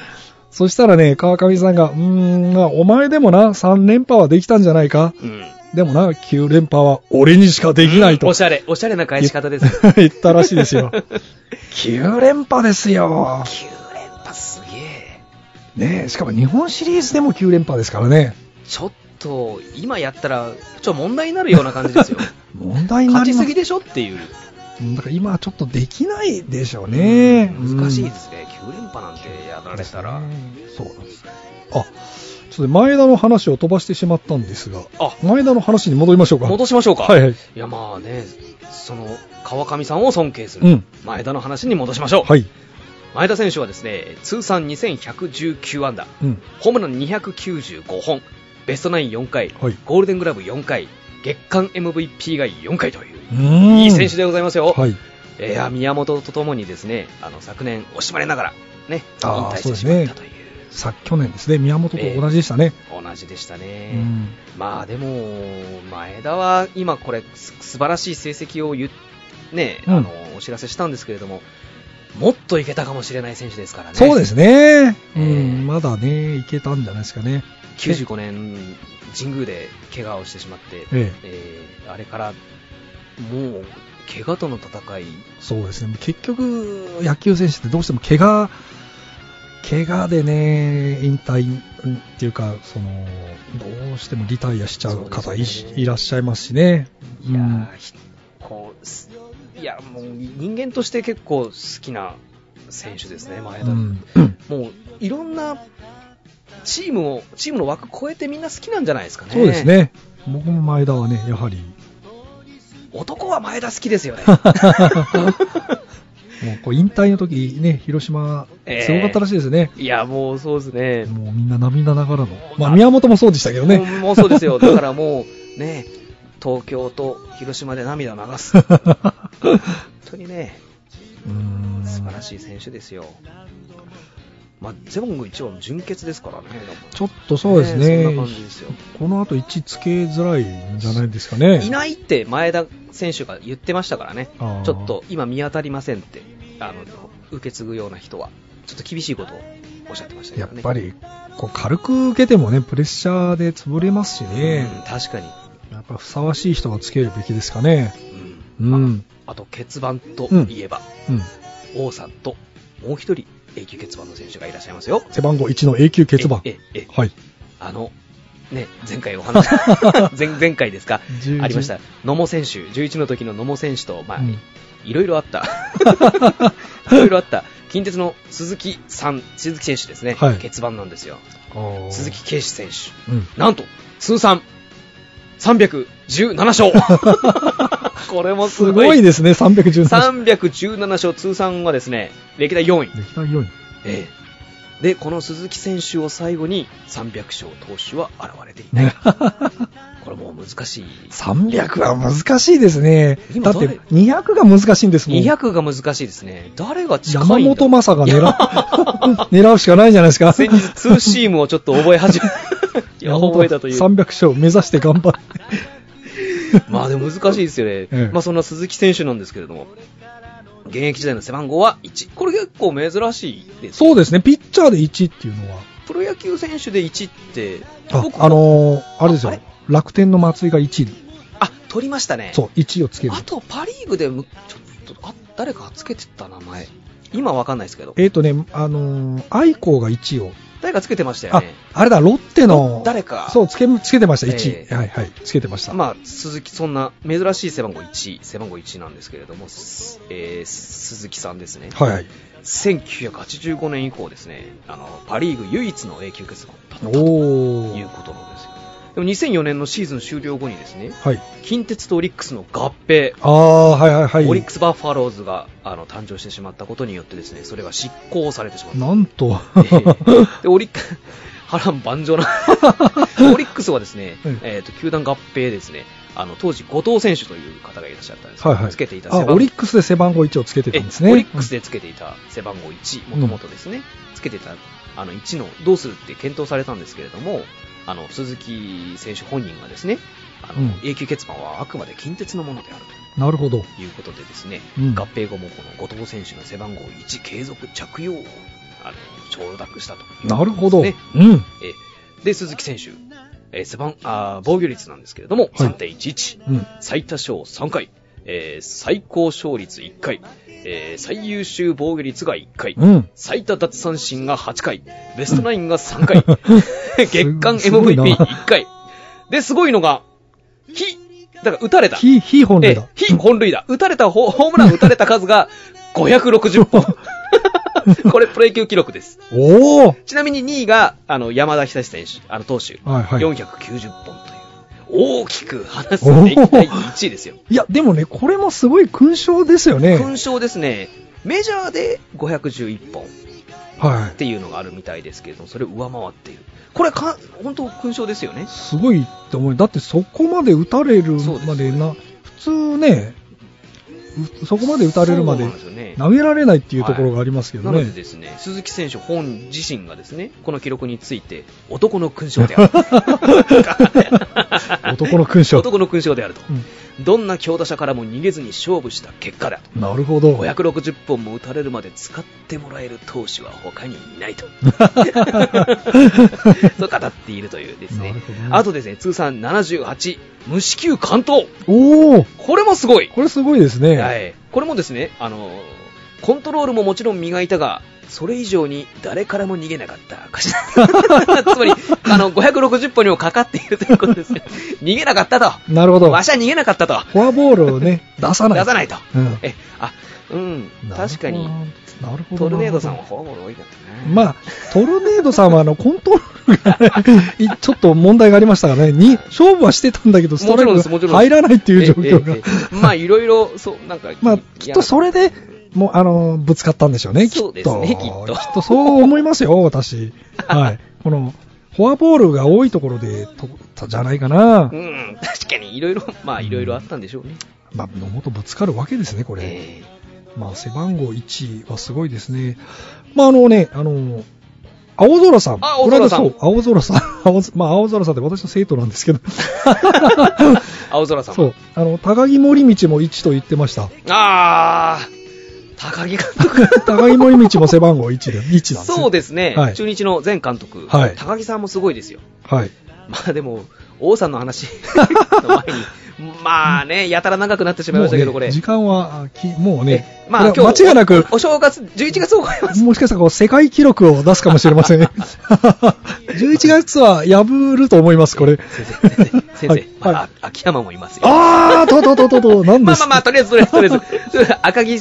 B: そしたらね、川上さんが、うーん、まあお前でもな、3連覇はできたんじゃないか。
D: うん。
B: でもな、9連覇は俺にしかできないと。
D: おしゃれ、おしゃれな返し方ですね。
B: 言ったらしいです よ。9連覇ですよ。
D: 9連覇すげえ。
B: ねえしかも日本シリーズでも9連覇ですからね。
D: ちょっと、今やったら、ちょ、問題になるような感じですよ。
B: 問題にな
D: 勝
B: り
D: ち
B: ます
D: ぎでしょっていう。
B: だから今はちょっとできないでしょうね。
D: 難しい
B: うん
D: ですね。9連覇なんてやられたら。
B: そうなんです。あ、ちょっと前田の話を飛ばしてしまったんですが、
D: あ、
B: 前田の話に戻りましょうか。
D: 戻しましょうか。
B: はいはい。
D: いやまあね、その川上さんを尊敬す
B: う
D: る
B: ん。
D: 前田の話に戻しましょう、
B: はい。
D: 前田選手はですね通算2119安打、
B: うん。
D: ホームラン295本、ベストナイン4回、
B: はい。
D: ゴールデングラブ4回、月間 MVP が4回という、
B: うん
D: いい選手でございますよ、
B: はい。
D: いや宮本とともにですねあの昨年、惜しまれながら、ね、引
B: あー
D: 退してしまったという、
B: さ去年ですね、宮本と同じでしたね。
D: 同じでした
B: う
D: ね。
B: ん。
D: まあでも、前田は今、これす素晴らしい成績を言っね
B: うん
D: あのお知らせしたんですけれども、もっといけたかもしれない選手ですからね、
B: そうですね。う
D: えー
B: ん。まだね、いけたんじゃないですかね。
D: 95年、神宮で怪我をしてしまって、
B: ええ。
D: えーあれからもう怪我との戦い、
B: そうですね、結局、野球選手ってどうしても怪我怪我でね、引退うんっていうか、そのどうしてもリタイアしちゃう
D: そ
B: 方
D: う
B: い,、
D: ですね
B: いらっしゃいますしね。
D: いや
B: うん
D: ーひこうすいやもう人間として結構好きな選手ですね、前田。
B: うん
D: もういろんなチームをチームの枠超えてみんな好きなんじゃないですかね。
B: そうです。ね、僕も前田はね、やはり、
D: 男は前田好きですよね。
B: もうこう引退の時ね、広島、
D: ええ
B: すごかったらしいですね。
D: いや、もうそうですね。
B: もうみんな涙ながらの。まあ、宮本もそうでしたけどね。
D: もうもうそうですよ。だからもう、ね、東京と広島で涙を流す。 本当にね、
B: うん
D: 素晴らしい選手ですよ。まあ、ゼボング一は純潔ですからね。
B: ちょっとそうです
D: ね
B: ね。
D: そんな感じですよ。
B: この後位置つけづらいんじゃないですかね。
D: いないって前田選手が言ってましたからね
B: あー、
D: ちょっと今見当たりませんって、あの受け継ぐような人は、ちょっと厳しいことをおっしゃってましたけ
B: や
D: ど
B: っ
D: ね。
B: ぱり、こう軽く受けてもね、プレッシャーで潰れますしね。
D: うん確かに、
B: やっぱふさわしい人がつけるべきですかね。
D: うん
B: うん
D: ああと、欠番といえば、
B: うん。
D: 王さんともう一人、永久欠番の選手がいらっしゃいますよ。
B: 背番号1の永久欠番。
D: ええええ
B: はい。
D: あの、ね、前回 お話、前前回ですか
B: 11、
D: ありました、野茂選手、11の時の野茂選手と、まあ、
B: うん
D: いろいろ あった、いろいろあった、近鉄の鈴木さん、鈴木選手ですね、
B: はい
D: 欠番なんですよ、鈴木圭司選手、
B: うん
D: なんと、通算317勝、 これもす
B: す
D: ごい
B: ごいですね、313。
D: 317勝、通算はですね、歴代4位。
B: 歴代4位。
D: ええ、でこの鈴木選手を最後に300勝投手は現れていない、
B: ね
D: これもう難しい
B: 300は難しいですね。だ
D: 今
B: って
D: 誰
B: 200が難しいんですもん。
D: 200が難しいですね誰が近いんだ
B: 山本正が狙う、狙うしかないじゃないですか。
D: 先日ツーシームをちょっと覚 え始めいや覚えたという
B: 300勝目指して頑張 って。
D: まあでも難しいですよね、
B: ええ
D: まあそんな鈴木選手なんですけれども現役時代の背番号は1これ結構珍しいです
B: そうですね、ピッチャーで1っていうのは。
D: プロ野球選手で1って
B: あ
D: 僕、
B: あのーあれです
D: あ
B: よ
D: れ。
B: 楽天の松井が1位。
D: あ取りましたね
B: そう、1位をつける
D: あ。とパ・リーグでむちょっとあ誰かつけてた名前今わかんないですけど
B: えっ、とね、あのー、愛子が1位を。
D: 誰かつけてましたよ
B: あ
D: ね、
B: あれだ、ロッテの。
D: 誰か
B: そう、つけ、つけてました、1位。
D: ええ
B: はいはい、つけてました。
D: まあ、鈴木そんな珍しい背番号1背番号1なんですけれども、すえー鈴木さんですね、
B: はいはい。
D: 1985年以降ですねあのパ・リーグ唯一の永久欠番だったと
B: お
D: いう
B: ー。
D: ことなんですよでも2004年のシーズン終了後にですね
B: はい。
D: 近鉄とオリックスの合併
B: ああ、はいはいはい。
D: オリックス・バファローズがあの誕生してしまったことによってですねそれが執行されてしまった
B: なんと。
D: えーで、オリック、波乱万丈な。 オリックスはですね、
B: うん
D: えっ、と、球団合併ですね、あの、当時、後藤選手という方がいらっしゃったんですけ
B: は
D: ど
B: いはい。
D: つけていた
B: あ、
D: 背番
B: オ
D: 号
B: リックスで背番号1をつけてたんですね。
D: えオリックス
B: で。
D: でつけていた背番号1、もともとですね、つけてた、あの、1の、どうするって検討されたんですけれども、あの、鈴木選手本人がですね、あの、
B: うん
D: 永久欠番はあくまで近鉄のものである
B: なるほど。
D: ということでですね、
B: うん
D: 合併後もこの後藤選手の背番号1継続着用を、あの、承諾したということですね、
B: なるほど。うん。
D: えーで、鈴木選手、えー背番あー防御率なんですけれども、
B: はい
D: 3.11、
B: うん
D: 最多勝3回、えー最高勝率1回、えー最優秀防御率が1回、
B: うん
D: 最多奪三振が8回、ベストナインが3回、 月間
B: すごいな
D: MVP1 回。で、すごいのが、ヒだから打たれた。
B: ひ、ひ本
D: え
B: 塁
D: ー
B: だ。
D: 非本塁打。打たれたホ、ホームラン打たれた数が560本。 これプロ野球記録です。
B: おー
D: ちなみに2位が、あの、山田久志選手、あの、投手、
B: はいはい
D: 490本という、大きく離す歴代1位ですよ。
B: いや、でもね、これもすごい勲章ですよね。
D: 勲章ですね、メジャーで511本っ
B: は
D: ていうのがあるみたいですけれども、それを上回っている。これか、本当勲章ですよね
B: い。。すごいって思う。だってそこまで打たれるまでな、普通ね、うそこまで打たれるまで
D: そうなんですよね。
B: 投げられないっていうところがありますけど
D: なので
B: ね。
D: ですね、鈴木選手本自身がですね、この記録について、男の勲章である。
B: 男の勲章。
D: 男の勲章であると。
B: う
D: どんな強打者からも逃げずに勝負した結果だと。
B: んなるほど。
D: 560本も打たれるまで使ってもらえる投手は他にいな いと。そう語っているというです
B: な
D: ね。
B: るほどね
D: あとですね、通算78、無四球完投。
B: おー
D: これもすごい。
B: これすごいですね。
D: はい。これもですね、あのー、コントロールももちろん磨いたが、それ以上に誰からも逃げなかった 証だつまり、あの、560本にもかかっているということですね。逃げなかったと。
B: なるほど。
D: わしは逃げなかったと。
B: フォアボールを ね、出さない。
D: 出さないと。
B: うん
D: え、あ、うん、確かに。
B: なるほど。
D: トルネードさんはフォアボール多いかったね。
B: まあ、トルネードさんはあのコントロールがちょっと問題がありましたがね、に勝負はしてたんだけど、ストライ
D: もちろんですもち
B: ク
D: ろん
B: が
D: です
B: 入らないっていう状況
D: えええ
B: が、
D: えまあ、いろいろ、そう、なんか、
B: まあ、きっとそれでもう、あの、ぶつかったんでしょうね、きっと。
D: そうですねきっと
B: きっとそう思いますよ、 私。はい。この、フォアボールが多いところで、と、たじゃないかな
D: う。ん、確かにいろいろ、まあいろいろあったんでしょうね。
B: まあ、野本ぶつかるわけですね、これ。
D: え
B: まあ、背番号1はすごいですね。まあ、あのね、あの、青空さん。
D: あ青空さん
B: この間そう、青空さん。 青空まあ、青空さんって私の生徒なんです けど。
D: え青空さん。
B: そう。あの、高木森道も1と言ってました。
D: ああ、高木監督。
B: 高木森道も背番号1で、1なんです
D: そうですね、
B: はい
D: 中日の前監督、
B: はい
D: 高木さんもすごいですよ。
B: はい。
D: まあでも、王さん の話の前に、まあね、やたら長くなってしまいましたけど、
B: も
D: こ
B: うね
D: れ。
B: 時間は、あきもうね
D: え、まあ
B: これは
D: 今日
B: 間違いなく、
D: お正月、11月を超えます。
B: もしかしたらこう世界記録を出すかもしれま せん。11月は破ると思います、これ。
D: 先生、先生、先生
B: はい
D: まだ
B: はい
D: 秋山もいますよ。
B: あー、ととととと、何
D: ま
B: で
D: あ
B: すか
D: まあまあ、とりあえず、とりあえず、とりあえず それは、赤木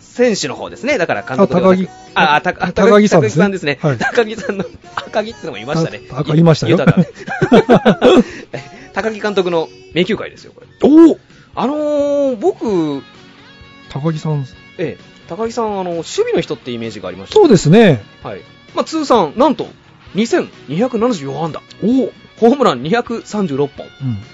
D: 選手の方ですね、だから監督ではなく
B: あ高木
D: ああた高
B: 高木さん
D: 高
B: で
D: 木
B: すね
D: さんですね、
B: はい
D: 高木さんの、赤木ってのもいましたね、
B: ああいましたよ
D: 豊か 高木監督の名球会ですよ、これ。
B: おー
D: あのー、僕、
B: 高木さん。
D: ええ、高木さん、あの守備の人ってイメージがありました
B: そうですね。
D: はいまあ、通算、なんと2274安打、おホームラン236本、
B: う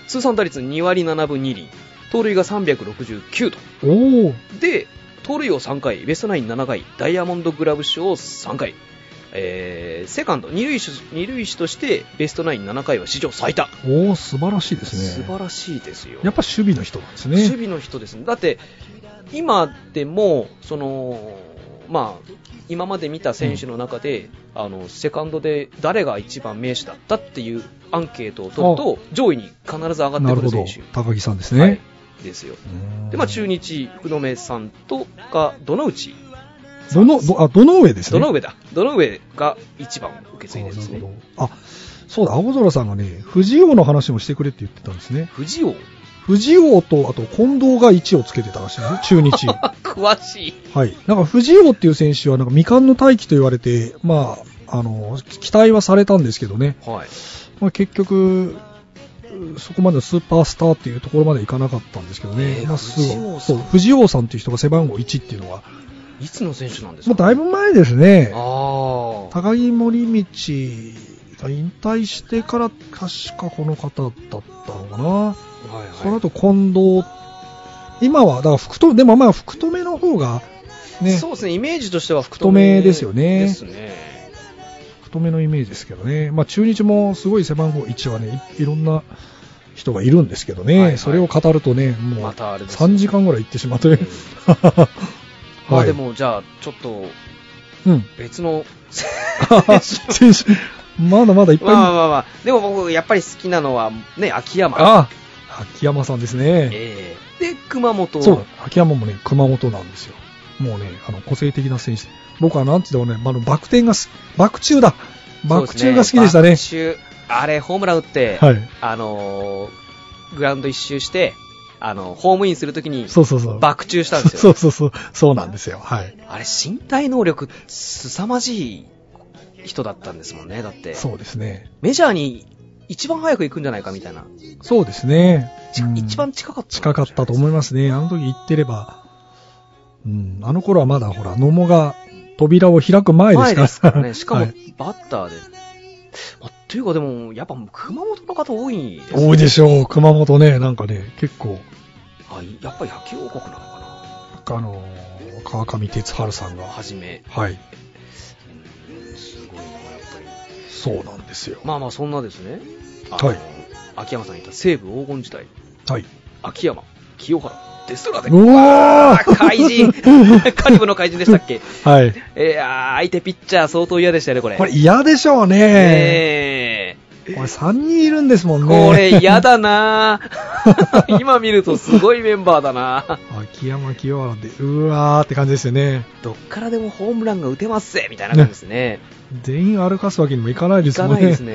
D: 通算打率2割7分2厘、盗塁が369と、
B: ん。おー。
D: で、盗塁を3回、ベストナイン7回、ダイヤモンドグラブ賞を3回、えー、セカンド二塁手、二塁手としてベストナイン7回は史上最多、
B: おー、素晴らしいですね。
D: 素晴らしいですよ。
B: やっぱ守備の人なんです
D: 守
B: ね。
D: 備の人ですね。だって、今でも、その、まあ、今まで見た選手の中で、あの、セカンドで誰が一番名手だったっていうアンケートを取ると、上位に必ず上がって
B: なる
D: く
B: ほど
D: る選手。。
B: 高木さんです
D: はい
B: ね。
D: ですよ。
B: うーん
D: で、まあ、中日、福留さんとか、どのうち、
B: どの、ど、あ、どの上です
D: ど
B: ね。
D: の上だ。どの上が一番受け継いでです
B: あなる
D: ね。
B: ほど。あ、そうだ、青空さんがね、藤尾の話もしてくれって言ってたんですね。
D: 藤尾。
B: 藤尾と、あと近藤が1をつけてたらしいですね、中 日。は
D: 詳しい。
B: い。なんか藤尾っていう選手は、なんか未完の大器と言われて、まあ、あの、期待はされたんですけどね。
D: はい。
B: まあ、結局、うそこまでのスーパースターっていうところまでいかなかったんですけどね。
D: えー
B: まあ、すごい
D: 藤尾さん
B: そう、藤尾さんっていう人が背番号1っていうのは、
D: いつの選手なんです
B: もう
D: か
B: だいぶ前ですね。
D: ああ。
B: 高木森道が引退してから確かこの方だったのかな、
D: はいはい
B: その後近藤今はだから福留でもまあ福留の方がね
D: そうですね、イメージとしては福
B: 福留ですよね
D: ですね
B: 福留のイメージですけどね、まあ、中日もすごい背番号1はねいいろんな人がいるんですけどね、
D: はいはい
B: それを語るとねもう
D: またあれですね
B: 3時間ぐらい行ってしまって、
D: んま
B: は
D: あ
B: い
D: でも、じゃあ、ちょっと
B: うん、
D: 別の、
B: 選手まだまだいっぱい、
D: まあまあまあ、でも僕、やっぱり好きなのは、ね、秋山、
B: ああ秋山さんですね、
D: ええで、熊本、
B: そう、秋山もね、熊本なんですよ。もうね、あの、個性的な選手で。僕はなんつってもね、まああの、バク転がす、バク中だ。バク中が好きでしたね。
D: そうですねバク中あれ、ホームラン打って、
B: はい。
D: あのーグラウンド一周して、あのホームインするときに、
B: そうそうそう。
D: バク中したんですよ。
B: そうそうそう。そうなんですよ。はい。
D: あれ、身体能力、凄まじい人だったんですもんね、だって。
B: そうですね。
D: メジャーに一番早く行くんじゃないかみたいな。
B: そうですね。
D: ち
B: うん
D: 一番近かった。
B: 近かったと思いますね。あの時行ってれば。うん、あの頃はまだほら、野茂が扉を開く前ですから。
D: から ね。しかも、
B: はい
D: バッターで。まあ、というかでも、やっぱ熊本の方多いですね。
B: 多いでしょう。熊本ね、なんかね、結構、
D: あやっぱ野球王国なのか
B: あのー川上哲治さん
D: な
B: が、
D: はじめ。
B: はい。
D: うんすごいな、やっぱり。
B: そうなんですよ。
D: まあまあ、そんなですね。あ
B: はい
D: 秋山さん言った西武黄金時代。
B: はい。
D: 秋山、清原、デストラで。
B: うわ
D: あ怪人 カリブの怪人でしたっけ
B: はい。
D: えー、あー相手ピッチャー相当嫌でしたね、これ。
B: これ嫌でしょうね。
D: えー
B: これ3人いるんですもんね。
D: これ嫌だなぁ 今見るとすごいメンバーだなぁ
B: 秋山清原で、うわーって感じですよね。
D: どっからでもホームランが打てますぜみたいな感じですね。
B: 全員歩かすわけにもいかないで
D: い
B: す
D: か
B: もん
D: な
B: ね。
D: いですね。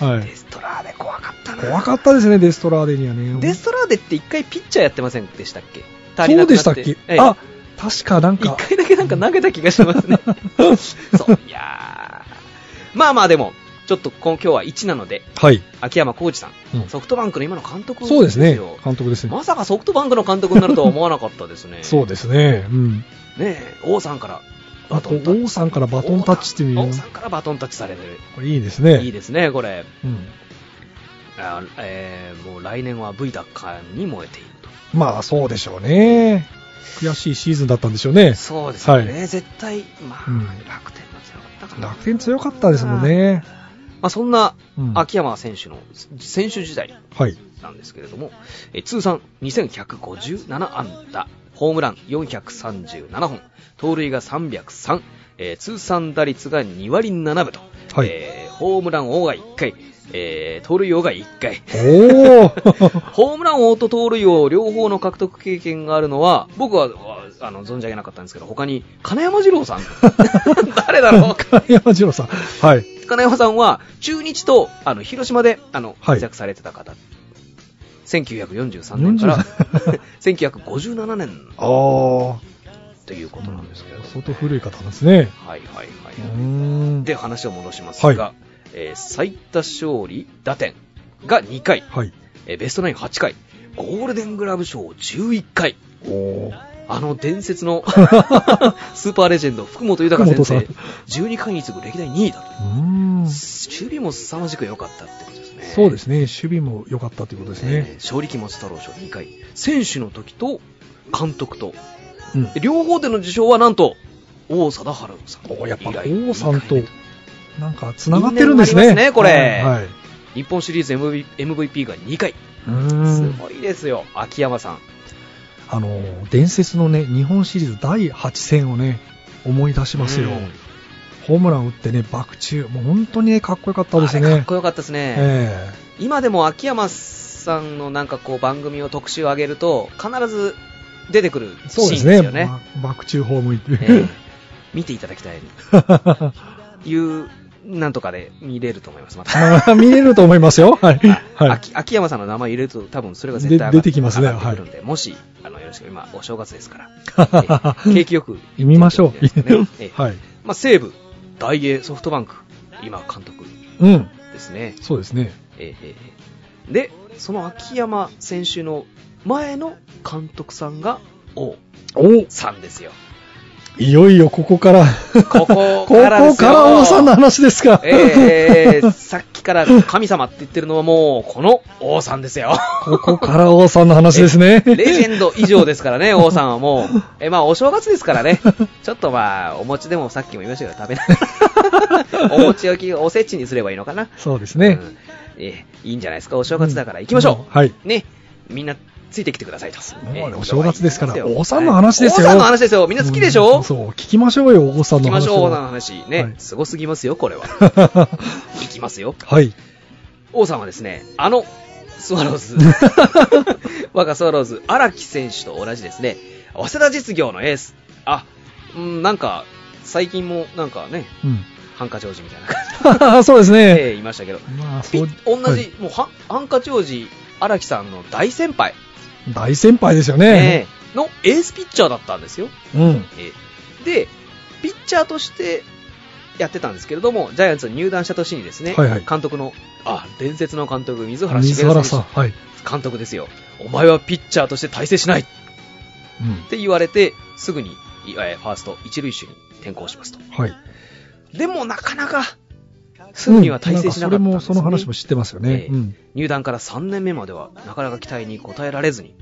B: はい
D: デ。ストラーデ怖かったなぁ
B: 怖かったですね、デストラーデにはね。
D: デストラーデって一回ピッチャーやってませんでしたっけ足り
B: そ
D: な
B: う
D: く
B: で
D: なて
B: したっけ、
D: ええ
B: あ、確かなん
D: 一
B: か、
D: 回だけなんか投げた気がしますね。そう、いやーまあまあでも、ちょっとこ今日は1なので、
B: はい。
D: 秋山浩二さん,、
B: うん
D: ソフトバンクの今の監督
B: そうですね
D: よ。
B: 監督ですね。。
D: まさかソフトバンクの監督になるとは思わなかったですね
B: そうですね。うん。
D: ねえ、王さんから
B: あと、王さんからバトンタッチっていう
D: 王
B: の
D: さんからバトンタッチされてる。
B: これいいですね。
D: いいですね、これ。
B: うん。
D: あえーもう来年は V 奪還に燃えていると。
B: まあ、そうでしょうね。悔しいシーズンだったんでしょうね。
D: そうですよね、
B: は
D: 絶対、ま
B: う
D: あ、
B: ん
D: 楽天が強かったかな。
B: 楽天強かったですもんね。
D: まあ、そんな
B: うん
D: 秋山選手の選手時代
B: はい。
D: なんですけれども、えー通算2157安打、ホームラン437本、盗塁が303、えー通算打率が2割7分と、
B: はい
D: えーホームラン王が1回、えー盗塁王が1回、
B: おー
D: ホームラン王と盗塁王両方の獲得経験があるのは、僕はああの存じ上げなかったんですけど、他に金山 二郎さん、誰だろう
B: 金山二郎さん。はい。
D: 金山さんは中日とあの広島であの
B: はい
D: 活躍されてた方、1943年から
B: 43
D: 1957年
B: あー。
D: ということなんですけれども、
B: 相当古い方なんですね。
D: はいはいは
B: うー
D: い、
B: ん。
D: で話を戻しますが、
B: は
D: えー最多勝利打点が2回、
B: はい。
D: えーベストナイン8回ゴールデングラブ賞11回
B: おー。
D: あの伝 説のスーパーレジェンド福本豊先生
B: 福本
D: 12回に次ぐ歴代2位だと
B: うーん。
D: 守備も凄まじく良かったってことですね
B: そうですね。守備も良かったということです
D: えー
B: ね。
D: 勝利期松太郎賞2回選手の時と監督と
B: うん。
D: 両方での受賞はなんと王貞治さん
B: おやっぱ
D: 以来
B: 王さんと
D: 二回目
B: なんか繋がってるんですね。
D: 因縁がありますねこれ
B: はいはい。
D: 日本シリーズ MV MVP が2回
B: う
D: す
B: ーん。
D: ごいですよ秋山さん
B: あのー、伝説のね、日本シリーズ第8戦をね、思い出しますよ。
D: うん
B: ホームラン打ってね、バク中。もう本当にね、かっこよかったです
D: あれか
B: ね
D: っ。こよかったですね、
B: え
D: 今でも秋山さんのなんかこう番組を特集上げると必ず出てくる
B: え
D: シ
B: そうで
D: ー
B: す
D: ンで
B: ね。
D: すよね
B: ババク中ホーム行って。
D: ええ見ていただきたいいうなんとかで見れると思いますまた
B: まあ見れると思いますよ。はい。はい。
D: 秋秋山さんの名前入れると多分それが絶対上が
B: で出てきますね
D: 上がってくるんで、もしあのよろしく今お正月で すからええ景気よく
B: 見ましょう。
D: 見ていただきたいですねえ え
B: はい。
D: まあ、西武大英ソフトバンク今監督
B: うん。
D: ですね、
B: そうですね。
D: ええええでその秋山選手の前の監督さんが王
B: お
D: さんですよ
B: いよいよここから。
D: ここ
B: ここ
D: からですよ
B: から王さんの話ですか。
D: ええさっきから神様って言ってるのはもうこの王さんです よ
B: ここから王さんの話ですね。
D: レジェンド以上ですからね、王さんはもう。え、まあ、お正月ですからね。ちょっとまあ、お餅でもさっきも言いましたけど、食べな い。お餅置き、おせちにすればいいのかな。
B: そうですね
D: う。んえ、いいんじゃないですか、お正月だから行きましょ
B: はい。
D: う。ね。みんな、ついてきてくださいと。
B: う
D: え
B: お正月ですから
D: お正月よ
B: 王さんの話ですよ
D: 王さんの話ですよ。みんな好きでしょ
B: うんそう、聞きましょうよ、王さん
D: 行
B: の話
D: きまし
B: を。
D: ょう、王さんの話。
B: はい
D: ね。すごすぎますよ、こ れは。行きますよ。
B: はい。
D: 王さんはですね、あの、スワロ ーズ、我がスワローズ、荒木選手と同じですね、早稲田実業のエース。あ、うん、なんか、最近もなんかね、
B: う
D: ハンカチ王子みたいな感じ
B: ん。 そうですね。
D: でいましたけど、
B: まあ、
D: ピ
B: そう
D: ッ。同じ、
B: はい
D: もうハンハンカチ王子、荒木さんの大先輩、
B: 大先輩ですよね。
D: ええのエースピッチャーだったんですよ。
B: うん。
D: ええで、ピッチャーとしてやってたんですけれども、ジャイアンツに入団した年にですね、
B: はいはい
D: 監督の、あ、伝説の監督、水原茂
B: 水
D: 選手
B: 原さん。はい。
D: 監督ですよ、お前はピッチャーとして大成しないっ
B: うん。
D: て言われて、すぐにえーファースト、一塁手に転向しますと。
B: はい。
D: でもなかなか、すぐには大成しなかったんですね、
B: うんんそれも、その話も知ってますよね
D: え。え
B: うん。
D: 入団から3年目までは、なかなか期待に応えられずに、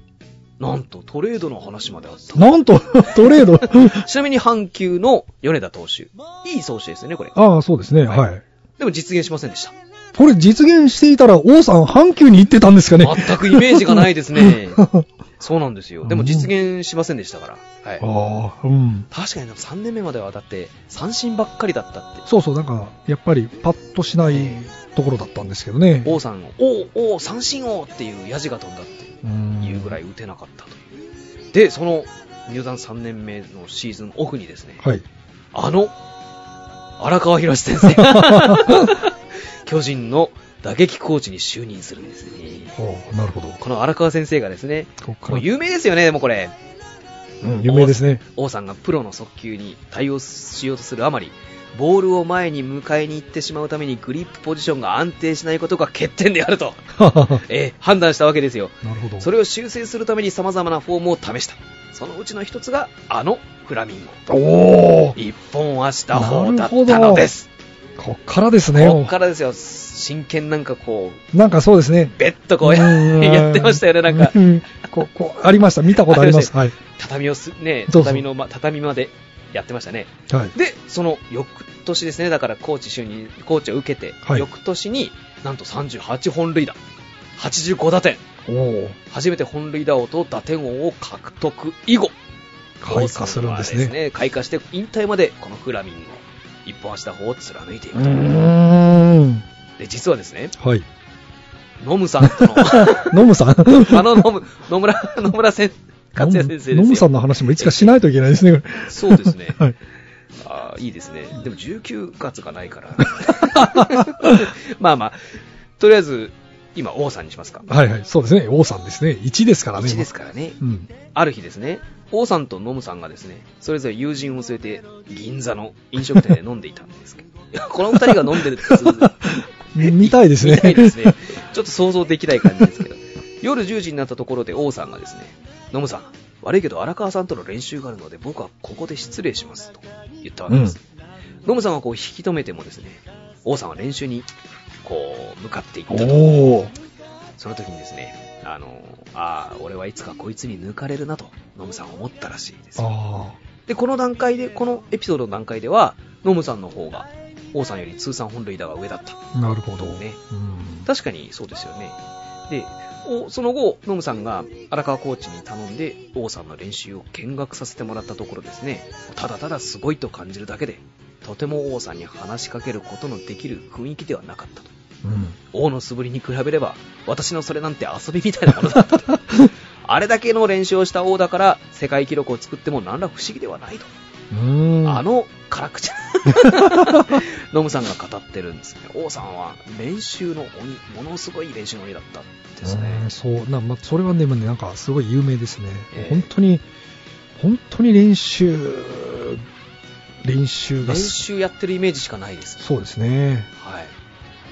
D: なんとトレードの話まであった。
B: なんと、トレー ド。
D: ちなみに阪急の米田投手、いい投手ですよね、これ。
B: ああ、そうですね。はい。
D: でも実現しませんでした。
B: これ実現していたら、王さん、阪急に行ってたんですかね。
D: 全くイメージがないで すね。そうなんですよ。でも実現しませんでしたから。はい。
B: ああ、うん。
D: 確かにでも3年目まではだって三振ばっかりだったって
B: そうそう、なんか、やっぱり、パッとしないところだったんですけどね。
D: 王さんを「王王三振王」っていうヤジが飛んだって
B: うん
D: いうぐらい。打てなかったというでその入団3年目のシーズンオフにですね
B: はい。
D: あの荒川博 先生巨人の打撃コーチに就任するんですね
B: おーなるほど。
D: この荒川先生がですね
B: こっか
D: もう
B: ら
D: 有名ですよねでもこれ
B: うん有名です ね
D: 王さんがプロの速球に対応しようとするあまりボールを前に迎えに行ってしまうためにグリップポジションが安定しないことが欠点であると、 えー判断したわけですよ
B: なるほど
D: それを修正するために様々なフォームを試したそのうちの一つがあのフラミンゴ
B: おお
D: 一本足した方だったのです
B: こっからですね
D: こっからですよ真剣なんかこう
B: なんかそうですね
D: ベッとこうや
B: うん
D: やってましたよねなんか
B: うんここありました見たことあり ますはい、
D: 畳をすね
B: そうそう
D: 畳のま畳までやってましたね
B: はい、
D: でその翌年ですねだからコーチ就任コーチを受けて、
B: はい
D: 翌年になんと38本塁打85打点
B: おお
D: 初めて本塁打王と打点王を獲得以後
B: 開花するんですね
D: 王さは開花して引退までこのフラミンゴ一本足打法を貫いている
B: うーん
D: で実はですね
B: はい
D: ノムさん との
B: ノムさん
D: あのノム野村野村先勝也先生ですよ
B: ノムさんの話もいつかしないといけないですね。
D: そうですね
B: はい。
D: ああ、いいですね。でも19月がないから。 まあまあ、とりあえず、今、王さんにしますか。
B: はいはい。そうですね。王さんですね。1ですからね。
D: 1ですからね。
B: 今うん。
D: ある日ですね、王さんとノムさんがですね、それぞれ友人を連れて、銀座の飲食店で飲んでいたんですけど、 いやこの二人が飲んでるってする
B: み見たいですね。
D: 見たいですね。ちょっと想像できない感じですけど、夜10時になったところで王さんがですね、ノムさん、悪いけど荒川さんとの練習があるので僕はここで失礼しますと言ったわけです。ノムさんはこう引き止めてもですね、王さんは練習にこう向かっていったと。
B: おお。
D: その時にですね、あの、ああ、俺はいつかこいつに抜かれるなと、ノムさんは思ったらしいです。
B: あ
D: で、この段階で、このエピソードの段階では、ノムさんの方が、王さんより通算本塁打が上だった。
B: あ。なるほど。
D: ね
B: うん。
D: 確かにそうですよね。で、おその後、ノムさんが荒川コーチに頼んで、王さんの練習を見学させてもらったところですね、ただただすごいと感じるだけで、とても王さんに話しかけることのできる雰囲気ではなかったと。
B: うん。
D: 王の素振りに比べれば、私のそれなんて遊びみたいなものだったと。あれだけの練習をした王だから、世界記録を作っても何ら不思議ではないと。
B: うん。
D: あの辛口 ノムさんが語ってるんですね王さんは練習の鬼ものすごい練習の鬼だったんです
B: う
D: ね
B: んそうな、まあ、それはね、まあねなんかすごい有名ですね、
D: ええ
B: 本当に、本当に練習、練習が
D: 練
B: す、
D: 習やってるイメージしかないです
B: そうですね、
D: はい、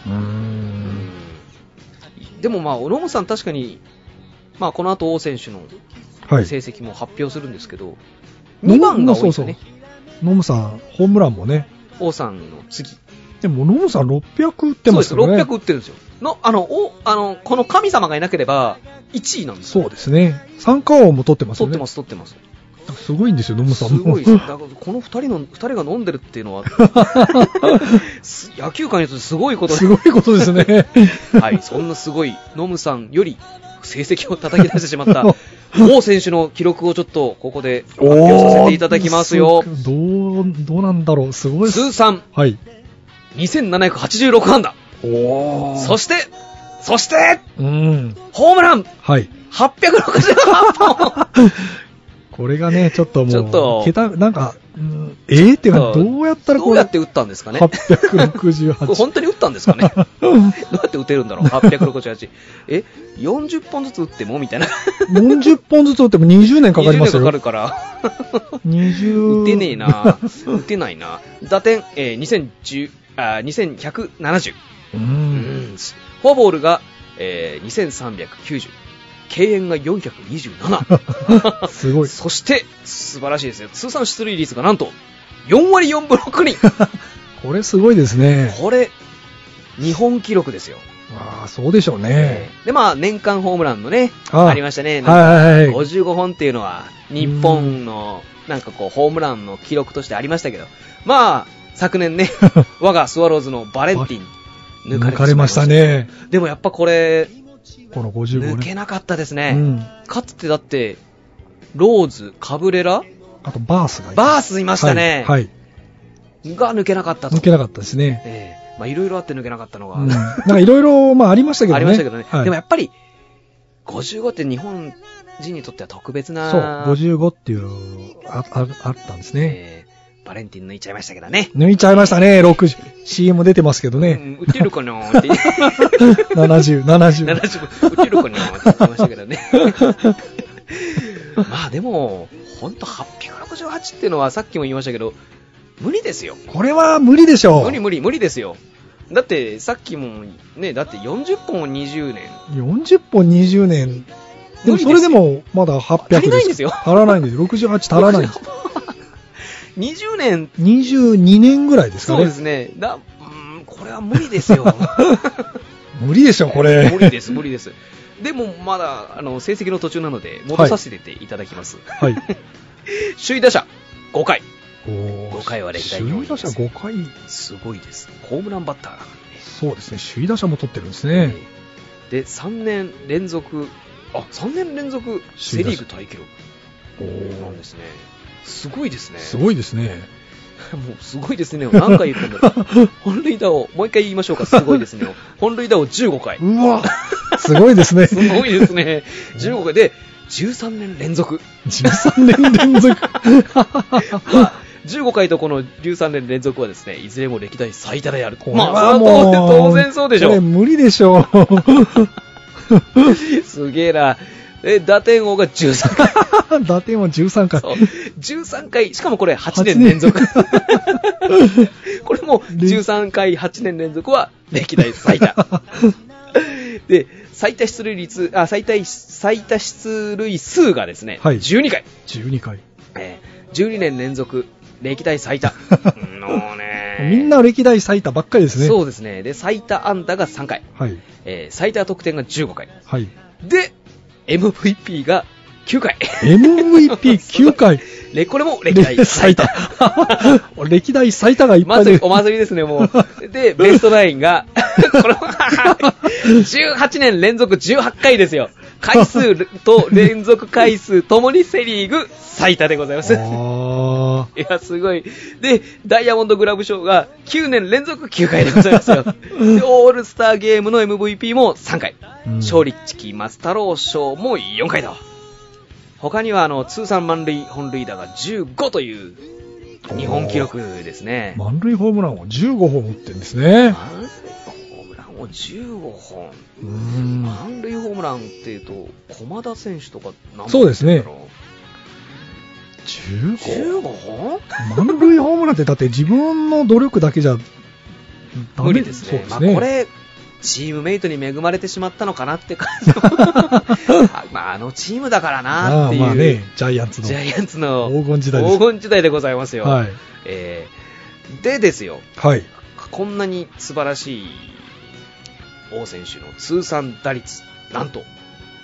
B: うーん、
D: でもまあノムさん確かにまあこの後王選手の
B: はい、
D: 成績も発表するんですけど、
B: ノム
D: 2番が多いんですよね
B: そうノムさん、ホームランもね、
D: 王さんの次
B: でもノムさん、600打ってます
D: そ
B: か
D: う
B: らね
D: です、600打ってるんですよのあのおあのこの神様がいなければ1位なんですよ
B: そうですね、三冠王も取ってますよ
D: 取っ
B: ね、
D: てます取ってます
B: すごいんですよ、ノムさん
D: す
B: も、
D: ごいですだからこの2人の二人が飲んでるっていうの はす野球界にとってすごいこと
B: すごいことですね、
D: はい、そんなすごいノムさんより成績を叩き出してしまった王選手の記録をちょっとここで発表させていただきますよ
B: おーどう、どうなんだろう、すごいです、
D: 通算
B: はい、
D: 2786安打
B: お
D: そしてそして
B: うん、
D: ホームラン
B: はい。
D: 868本
B: これがね、ちょっともう、
D: ちょっと
B: 桁、なんか、うんえー、っていうか、
D: そう
B: どうやったら
D: ど
B: こ
D: う
B: れ、
D: やって打ったんですかねこれ
B: 868。
D: 本当に打ったんですかねどうやって打てるんだろう ?868。え、40本ずつ打っても みたいな。
B: 40本ずつ打っても20年かかりますよ。
D: 20年かかるから。
B: 20
D: 打てねえ。な打てないな打点、えー、2010あー2170
B: う。
D: うんんフォアボールが、えー、2390敬遠が427
B: すごい。
D: そして素晴らしいですよ通算出塁率がなんと4割4分6厘
B: これすごいですね。
D: これ日本記録ですよ、
B: ああ、そうでしょうね。
D: でまあ年間ホームランのね
B: あ
D: あ
B: あ
D: りましたね
B: はいはいはい。
D: 55本っていうのは、日本の、なんかこう、ホームランの記録としてありましたけど、まあ、昨年 ね、我がスワローズのバレンティン、抜かれ
B: 抜かれました。ね。
D: でもやっぱこれ、
B: この55
D: 抜け
B: ね。
D: なかったです
B: う
D: ね。
B: ん。
D: かつてだって、ローズ、カブレラ
B: あと、バースがい
D: バー
B: ス
D: スいましたね。
B: はい。はい
D: が抜けなかったと。
B: 抜けなかったですね。
D: ええまあ、いろいろあって抜けなかったのが、
B: うん。なんかいろいろ、まあ、ありましたけどね。
D: ありましたけどね。
B: はい
D: でもやっぱり、55って日本人にとっては特別な。
B: そう、55っていう、あ、あ、あったんですね。
D: ええバレンティン抜いちゃいましたけどね。
B: 抜いちゃいましたね、60。CM 出てますけどね。
D: うん、打てるかなーって、
B: 70、70。
D: 70、打てるかなーって言ってましたけどね。 まあでも、ほんと868っていうのはさっきも言いましたけど、無理ですよ。
B: これは無理でしょう。
D: 無理無理無理ですよ。だってさっきもね、だって40本を20年。
B: 40本20年。でもそれでもまだ800
D: 足りないんですよ
B: 足らないんです。68足ら ないんです。
D: 20年、
B: 22年ぐらいですか
D: そう
B: ね。
D: ですね。だ、うーん、これは無理で すよ。
B: 無理でしょ、これ。
D: 無理です、無理です。でもまだ、あの、成績の途中なので、戻させていただきます。
B: はい。
D: 首位打者、5回。
B: 5
D: 5回は歴代
B: 首
D: 4
B: 位
D: 位
B: 打
D: で
B: 者
D: す
B: 5回、
D: すごいです。ホームランバッターだか
B: そうですね、首位打者も取ってるんです
D: ら
B: ね。
D: で、3年連続、あ、3年連続、セリーグタイ記録
B: お
D: なん
B: ー
D: ですね。すごいですね。
B: すごいですね。
D: もうすごいですねを何回言ったんだ ろう。本塁打を、もう一回言いましょうか。すごいですねを。本塁打を15回。
B: うわ、すごいですね。
D: すごいですね。15回で、13年 連続。
B: 13年連続。
D: まあ、15回とこの13年連続はですね、いずれも歴代最多であると。
B: これ
D: ま
B: は
D: あ、
B: もう、
D: 当然そうでし
B: こ
D: ょ
B: れ
D: う。
B: 無理でしょう。
D: すげえな。え、打点王が13回。
B: 打点は13回。
D: そう13回、しかもこれ8年連続。 これも13回8年連続は歴代最多。で、最多出塁率、あ、最多、最多出塁数がですね、
B: はい
D: 12回。
B: 12回。
D: えー12年連続、歴代最多。のね
B: みんな歴代最多ばっかりですね。
D: そうですね。で、最多安打が3回。
B: はい。
D: えー最多得点が15回。
B: はい。
D: で、MVP が9回。
B: MVP9 回。
D: ね、これも歴代最多。
B: 歴代最多がいっぱい
D: 祭り
B: で、、
D: お祭りですね、もう。で、ベストナインが、 これは、18年連続18回ですよ。回数と連続回数ともにセリーグ最多でございます。い
B: あ
D: や、すごい。で、ダイヤモンドグラブ賞が9年連続9回でございますよ。で、オールスターゲームの MVP も3回。
B: うん
D: 勝利チキマス太郎賞も4回だ。他には、あの、通算満塁本塁打が15という日本記録ですね
B: ー。満塁ホームランを15本打ってるんですね。
D: 満塁ホームランを15本、
B: うーん
D: 満塁ホームランっていうと、駒田選手とか何本
B: そうですね
D: 打ってんだろう
B: 15
D: 15本
B: 満塁ホームランってだって自分の努力だけじゃダメ
D: 無理ですね、
B: そうで
D: ますあ、
B: ね、
D: これ、チームメイトに恵まれてしまったのかなって感 じもあまあ、あのチームだからなっていう、
B: まあまあね、ジャイアンツの
D: ジャイアンツの
B: 黄金時代です
D: 黄金時代でございますよ。
B: はい
D: えーでですよ、
B: はい
D: こんなに素晴らしい王選手の通算打率、なんと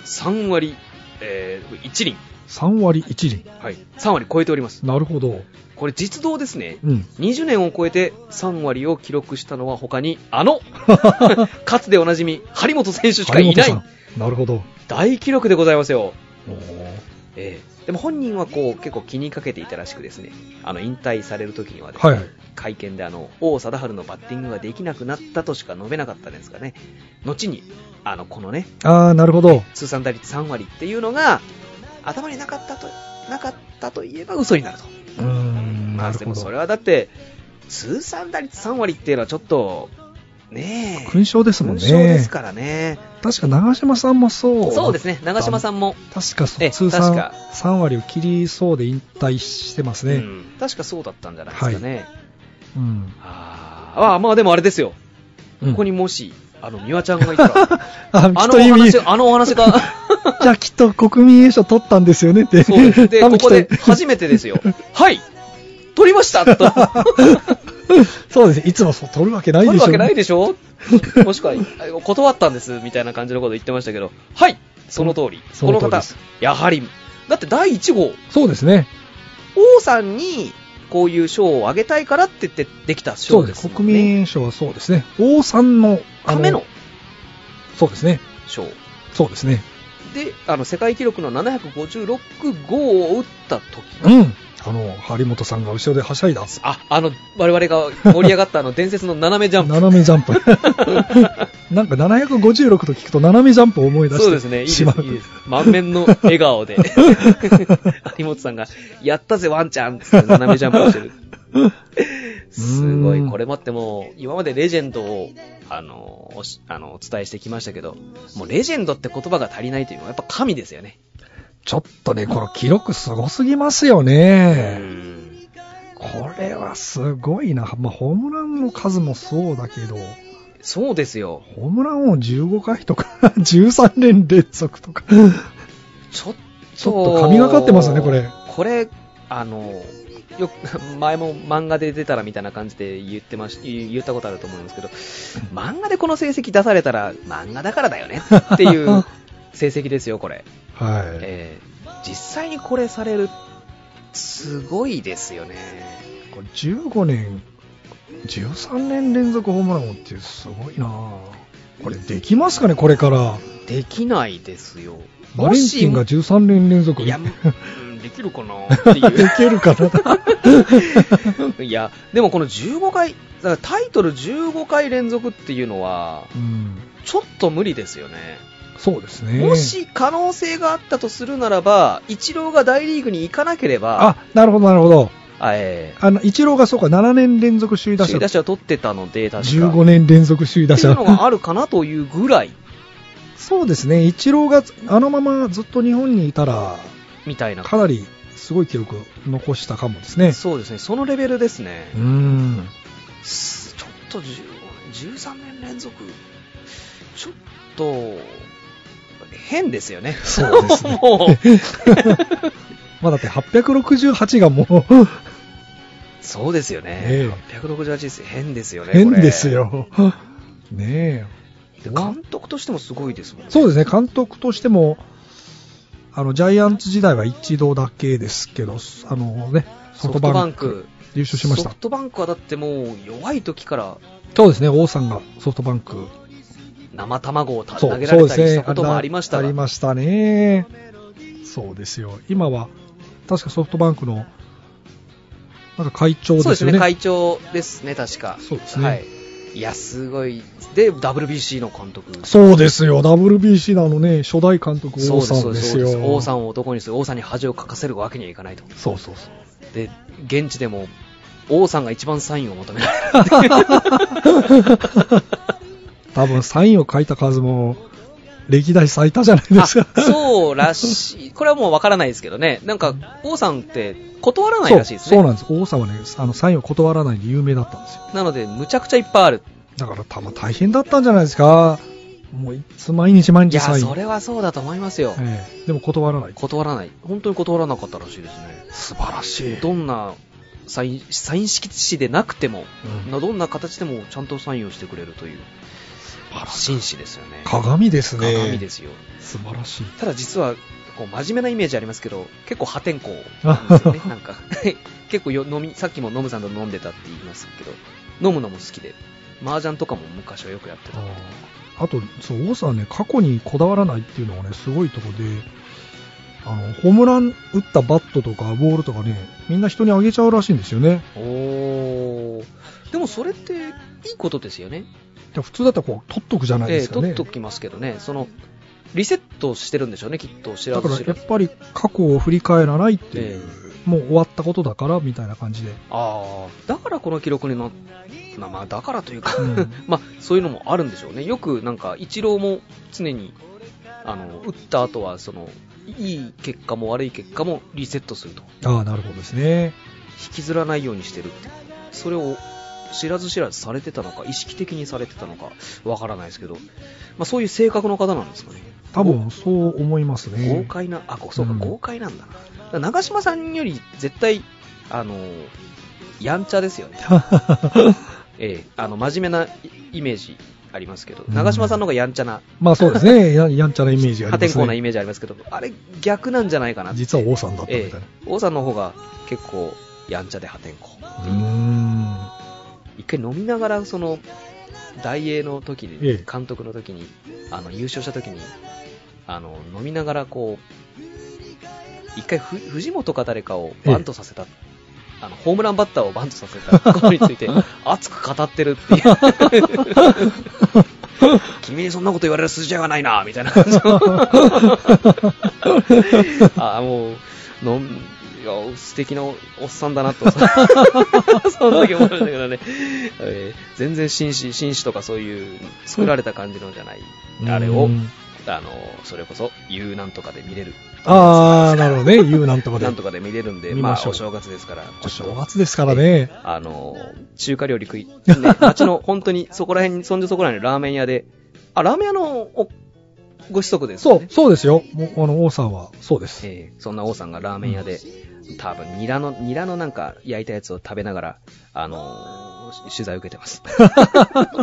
D: 3割、えー1厘、
B: 3割1厘
D: はい、3割超えております。
B: なるほど、
D: これ実動ですね。
B: うん、
D: 20年を超えて3割を記録したのは他に、あの、かつておなじみ、張本選手しかいな
B: 張本
D: い
B: さんなるほど
D: 大記録でございますよ。
B: おー
D: ええでも本人はこう結構気にかけていたらしくですね、あの引退される時にはですね、
B: はいはい
D: 会見であの王貞治のバッティングができなくなったとしか述べなかったんですがね、後にあのこのね
B: ああなるほど
D: 通算打率3割っていうのが頭になかったとなかったといえば嘘になると。
B: うーんなる
D: で
B: ほ
D: もそれ
B: ど
D: はだって通算打率3割っていうのはちょっとねえ
B: 勲章ですもん
D: 勲章で
B: ね
D: すからね。
B: 確か長嶋さんもそう
D: そうですね、長嶋さんも。
B: 確かそ
D: ええ
B: 通算
D: 確か
B: 3割を切りそうで引退してます
D: う
B: ね、
D: ん、確かそうだったんじゃないですかね。
B: うん
D: あーあー、まあでもあれですよ。
B: うん
D: ここにもし、あの、美和ちゃんが いたら、
B: あ
D: あ
B: きっ
D: の
B: と
D: お
B: 意味
D: 話、あのお話が、
B: じゃあきっと国民栄誉賞取ったんですよねって。
D: そうで す。で、
B: 多分
D: こ
B: きっ
D: ことで初めてですよ。はい取りましたと。
B: そうです。いつもそう取るわけないでし
D: 取
B: ょ。
D: るわけないでしょもしくは、あ断ったんです、みたいな感じのこと言ってましたけど、はいその通り。
B: そ
D: こ
B: の
D: の
B: 通りで
D: 方
B: す、
D: やはり、だって第1号、
B: そうですね。
D: 王さんに、こういう賞をあげたいからって言ってできた
B: そ
D: 賞
B: うで。
D: ですすもん
B: 国
D: ね。
B: 民栄誉賞はそうですね。王さんの、あ
D: ための
B: そうですね。
D: 賞。
B: そうですね。
D: で、あの、世界記録の756号を打った時
B: うん。あの、張本さんが後ろではしゃいだ。
D: あ、あの、我々が盛り上がったあの、伝説の斜めジャンプ。
B: 斜めジャンプ。 なんか756と聞くと斜めジャンプを思い出して
D: そうですね、いいです、
B: し
D: い
B: まう。
D: いです。満面の笑 顔で。有本さんが、やったぜ、ワンちゃんっつって斜めジャンプをしてる。すご
B: うーん
D: い、これ待ってもう、今までレジェンドを、あの、おしあの、お伝えしてきましたけど、もうレジェンドって言葉が足りないというのは、やっぱ神ですよね。
B: ちょっとね、この記録すごすぎますよ
D: う
B: ね。
D: ん
B: これはすごいな。まあ、ホームランの数もそうだけど、
D: そうですよ。
B: ホームランを15回とか、13連連続とか。
D: ちょっと。
B: ちょっと神がかってますねこれ。
D: これ、あの、よく、 前も漫画で出たらみたいな感じで言ってまし、言言ったことあると思うんですけど、 漫画でこの成績出されたら、漫画だからだよねって いう成績ですよ、これ。
B: はい。
D: えー実際にこれされる、すごいですよね。
B: これ15年、13年連続ホームランをっていうすごいなこれできますかね、これから。
D: できないですよ。
B: バレンティンが
D: もし
B: 13年連続。
D: い や、うんできるかなっていう。
B: いけるかな
D: いや、でもこの15回、だからタイトル15回連続っていうのは、
B: うん。
D: ちょっと無理ですよね。
B: そうですね。
D: もし可能性があったとするならば、イチローが大リーグに行かなければ、
B: あ、なるほど、なるほど。
D: あえ
B: あの、イチローがそうか、7年連続首位
D: ー、
B: 打
D: 首
B: 者
D: 位。打者を取ってたので、確か
B: 15年連続首位打
D: っていう
B: 者
D: の。があるかなというぐらい、
B: そうですね、イチローがあのままずっと日本にいたら、
D: みたいな。
B: かなりすごい記録残したかもですね。
D: そうですね、そのレベルですね。
B: うーん。
D: すちょっと15 13年連続、ちょっと、変ですよね。
B: そうですね
D: もう
B: まあだって868がもう
D: そうですよね。
B: え
D: 868です。変ですよね。
B: 変
D: これ
B: です。よ。 ね
D: で監督としてもすごいですもん
B: え。
D: ね。
B: そうですね、監督としても、あの、ジャイアンツ時代は一度だけですけど、あのね、ソフト
D: ソフト
B: バ
D: バ
B: ン
D: ン
B: ク
D: ク。
B: 優勝しました
D: ソフ。トバンクはだってもう弱い時から
B: そうですね、王さんがソフトバンク
D: 生卵をた
B: そ
D: 投
B: う
D: げられたりしたこともありました
B: あ
D: が
B: りましたね。そうですよ。今は、確かソフトバンクの、なんか会長
D: そう
B: で
D: ですす
B: よ
D: ね、
B: ね。
D: 会長ですね、確か。
B: そうですね
D: はい。いや、すごい。で、WBC の監督。
B: そうですよ。WBC のあのね、初代監督、王さ
D: そ
B: ん
D: う
B: で
D: です
B: す
D: そうです
B: よ。
D: 王さんを男にする、王さんに恥をかかせるわけにはいかないと。
B: そうそうそう。
D: で、現地でも、王さんが一番サインを求められた。
B: 多分サインを書いた数も、歴代最多じゃないですか。
D: あそうらしい。これはもうわからないですけどね。なんか、王さんって断らないらしいですね。
B: そうそうなんです。王さんはね、あの、サインを断らないで有名だったんですよ。
D: なので、むちゃくちゃいっぱいある。
B: だから多分大変だったんじゃないですか。もういつ毎日毎
D: い
B: 日
D: や、
B: サイン。
D: それはそうだと思いますよ。
B: ええでも断らない。
D: 断らない。本当に断らなかったらしいですね。
B: 素晴らしい。
D: どんなサイン、サイン色紙でなくても、
B: うん
D: どんな形でもちゃんとサインをしてくれるという、紳士ですよね。
B: 鏡ですね。
D: 鏡ですよ。
B: 素晴らしい。
D: ただ実は、こう真面目なイメージありますけど、結構破天荒なんですよね。なんか、 結構よ飲み、さっきもノムさんと飲んでたって言いますけど、飲むのも好きで、麻雀とかも昔はよくやってた。
B: あと、そう、王さんね、過去にこだわらないっていうのがね、すごいとこで、あの、ホームラン打ったバットとかボールとかね、みんな人にあげちゃうらしいんですよね。
D: おー。でもそれって、いいことですよね。
B: で普通だったらこう、取っとくじゃない
D: え
B: で
D: え
B: すか
D: 取
B: ね。
D: っときますけどね、そのリセットしてるんでしょうね、きっと知ら
B: だか
D: ず
B: ら
D: 知
B: や
D: ら
B: っ
D: ず。
B: ぱり過去を振り返らないっていう、
D: え
B: もう終わったことだからみたいな感じで。
D: ああ、だからこの記録になまあまあ、だからというか、
B: うん
D: まあ、そういうのもあるんでしょうね。よくなんか、イチローも常に、あの、打った後は、その、いい結果も悪い結果もリセットすると。
B: ああ、なるほどですね。
D: 引きずらないようにしてるって。それを知らず知らずされてたのか、意識的にされてたのか、わからないですけど、まあそういう性格の方なんですかね。
B: 多分そう思います
D: 豪
B: ね。
D: 快な、あ、ごそうか、
B: うん
D: 豪快なんだな。だから長嶋さんより絶対、あのー、やんちゃで すよね。ええあの、真面目ないイメージありますけど、
B: うん
D: 長嶋さんの方がやんちゃな、
B: まあそうですね。ややんちゃなイメージがあ
D: 破
B: りま
D: 天
B: す
D: 荒なイ
B: ね。
D: メージありますけど、あれ逆なんじゃないかなって。
B: 実は王さんだったみたい
D: ええ
B: な。
D: 王さんの方が結構やんちゃで破天荒。
B: うーん。
D: 一回飲みながら、その、大英の時に、
B: ええ
D: 監督の時に、あの、優勝した時に、あの、飲みながらこう、一回ふ、藤本か誰かをバントさせた。あの、ホームランバッターをバントさせたことにつ いて、熱く語ってるっていう。君にそんなこと言われる筋合いはないな、みたい な感じのあ、もう、のん、いや、素敵なおっさんだ なと、その時思いましたけどね。えー全然紳士、紳士とかそういう、作られた感じのじゃない、あれを
B: うん、
D: あの、それこそ、言うなんとかで見れる。
B: ああ、 なるほどね。言うなんとかで
D: な。んとかで見れるんで、
B: 見
D: ま
B: ま
D: あ
B: しょう
D: お正月ですから、
B: お正月ですからね。
D: あの、中華料理食い、ね、 町の本当にそこら辺に、そんじょそこら辺のラーメン屋で、あ、ラーメン屋のおご子息です
B: そ
D: よ
B: う
D: ね。、
B: そうですよ。もうあの、王さんは、そうです。
D: ええそんな王さんがラーメン屋で、多分ニラの、ニラのなんか焼いたやつを食べながら、あのーし取材を受けて ます。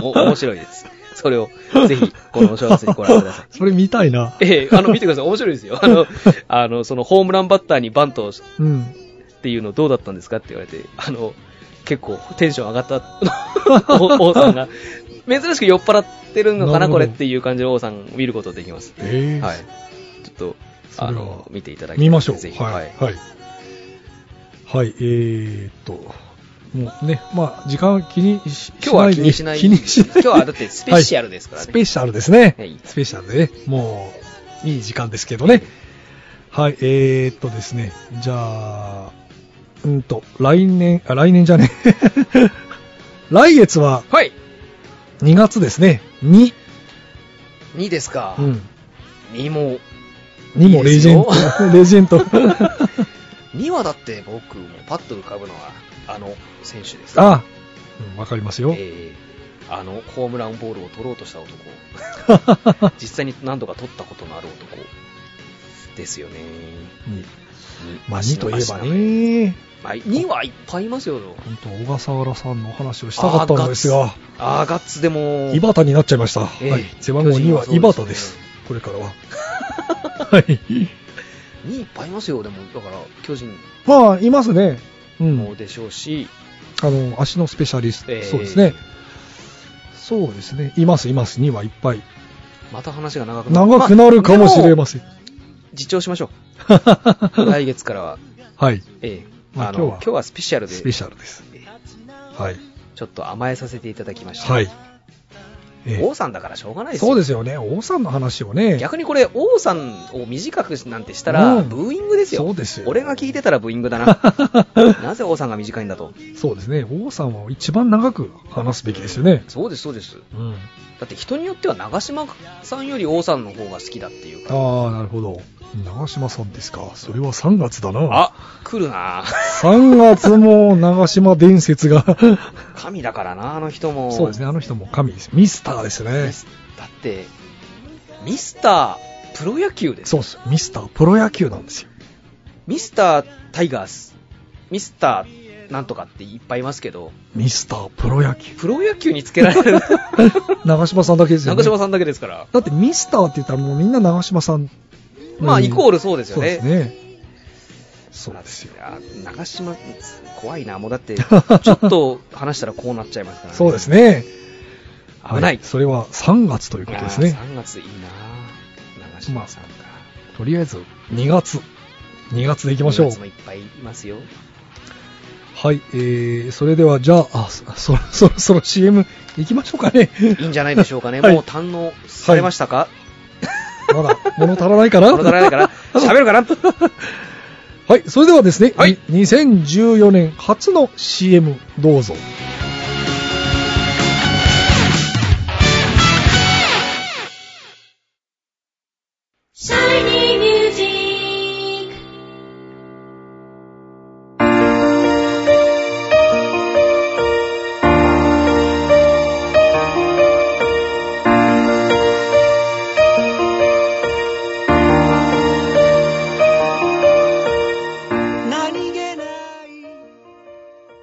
D: お面白いです。それを、ぜひ、このお正月にご覧くださ い。
B: それ見たいな。
D: ええあの、見てください。面白いですよ。あの、あの、その、ホームランバッターにバントをし
B: うん。
D: っていうのどうだったんですかって言われて、あの、結構テンション上がった お王さんが、珍しく酔っ払ってるのか
B: なる
D: な、
B: ほど
D: これっていう感じの王さんを見ることできます。
B: ええ
D: はい。ちょっと、
B: それは
D: あの、見ていただき
B: 見ましょう。
D: ぜひ、
B: はい。
D: は
B: はいい。。はい、えーっと、もうね、まあ、時間は気にし
D: 今日は気に
B: し
D: し
B: な
D: ないい。
B: で気にしない。
D: 今日はだってスペシャルですから
B: ス
D: ね。
B: ペシャルですね。
D: はい
B: スペシャルでね、もう、いい時間ですけどね。はい、えーっとですね、じゃあ、うんと、来年、あ、来年じゃね え。来月は
D: はい。
B: 2月ですね。2。
D: 2ですか
B: う。ん。
D: 2も、
B: 2もレジェン
D: いいです
B: ド。レジェン ド。
D: 2はだって僕もパッと浮かぶのは、あの選手で す。
B: あ、うんわかりますよ。
D: えーあのホームランボールを取ろうとした男 実際に何度か取ったことのある男ですよね
B: に
D: に
B: まあ、2といえば
D: 足の
B: ね、
D: はい、2はいっぱいいますよ
B: 本当、小笠原さんのお話をしたかったんですが、
D: あーガッツでも
B: 井端になっちゃいました。
D: ええ
B: はい。背番号2は
D: 巨
B: 井
D: 人は
B: 端
D: そう
B: で
D: ですす。
B: これ からは。はい。
D: 2いっぱいいますよでもだから巨人
B: まあ、いますね。うん。
D: もでしょうし、
B: あの、足のスペシャリスト、
D: ええ
B: そうですね。そうですね。います、います。2はいっぱい。
D: また話が長くる
B: 長くなるかもしれ
D: ま
B: ません。
D: あでも自重しましょ う
B: は
D: 来月からは、
B: い。
D: ええ
B: まあ
D: あ
B: 今
D: の
B: 日は
D: 今日はスペシャルで
B: スペシャルです。はい。
D: ちょっと甘えさせていただきました、
B: はい。ええ
D: 王さんだからしょうがないですよ
B: そうですよね。王さんの話をね。
D: 逆にこれ、王さんを短くなんてしたら、
B: うん
D: ブーイングですよ。
B: そうですよ
D: 俺が聞いてたらブーイングだ な。なぜ王さんが短いんだと。
B: そうですね。王さんは一番長く話すべきですよね。
D: そうです、そうです。
B: うん。
D: だって人によっては長嶋さんより王さんの方が好きだっていうか。
B: ああ、なるほど。長島さんですか。それは3月だな。
D: あ、来るな
B: 3月も長島伝説が。
D: 神だからな、あの人も。
B: そうですね。あの人も神です。ミスターですね
D: ミ。スだって、ミスタープロ野球です。
B: そうです。ミスタープロ野球なんですよ。
D: ミスタータイガース、ミスターなんとかっていっぱいいますけど、
B: ミスタープロ野球。
D: プロ野球につけ られる
B: 長島さんだけですよ、ね。
D: 長嶋さんだけですから。
B: だってミスターって言ったらもうみんな長島さん。
D: まあ、イコー
B: ル
D: ルそうですよね。
B: そうですね。そうですよ。
D: あ長島、怖いな、もう だって、ちょっと話したらこうなっちゃいますから、
B: そうですね。
D: 危ない
B: はそれは3月ということですね。
D: 3月いいな、長島さんが。
B: とりあえず2月。2月でいきましょう
D: 2月。もいっぱいいますよ。
B: はい、えー、それではじゃあ、あそそろそろそろ CM 行きましょうかね。
D: いいんじゃないでしょうかね。
B: はい
D: もう堪能されましたか、
B: まだ物足らないかな
D: このらないから、喋る かな
B: はい、それではですね、
D: はい
B: に2014年初の CM どうぞ。
E: Shiny Music!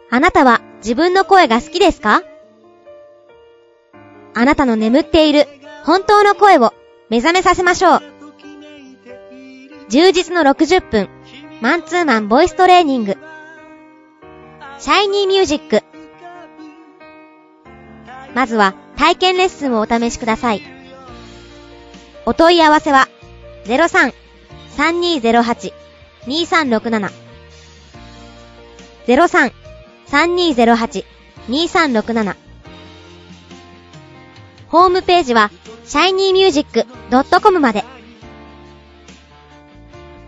A: あなたは自分の声が好きですかあなたの眠っている本当の声を目覚めさせましょう。充実の60分、マンツーマンボイストレーニング。シャイニーミュージック。まずは体験レッスンをお試しください。お問い合わせは03-3208-2367 03-3208-2367ホームページは shinymusic.com まで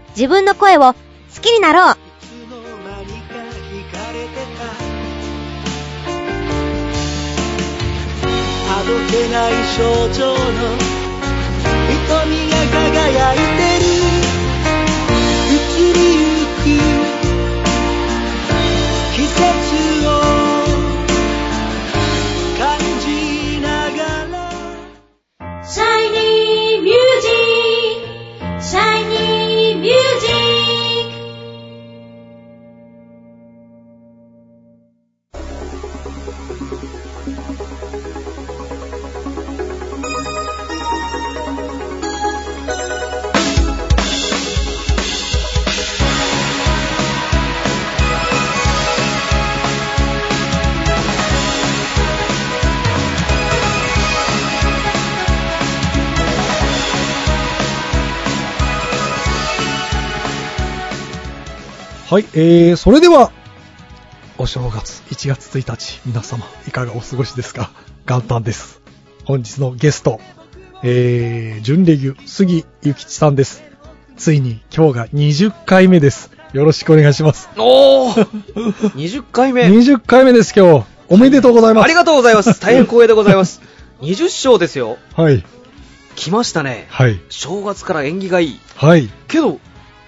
A: 自分の声を好きになろう
F: あどけない症状の瞳が輝いてる
B: はい、えー、それでは、お正月1月1日、皆様、いかがお過ごしですか元旦です。本日のゲスト、えー、準レギュ、杉ゆきちさんです。ついに今日が20回目です。よろしくお願いします。
D: おー !20 回目
B: 20回目です今日。おめでとうございます。
D: ありがとうございます大変光栄でございます20章ですよ
B: はい、
D: 来ましたね
B: はい、
D: 正月から縁起がいい
B: はい。
D: けど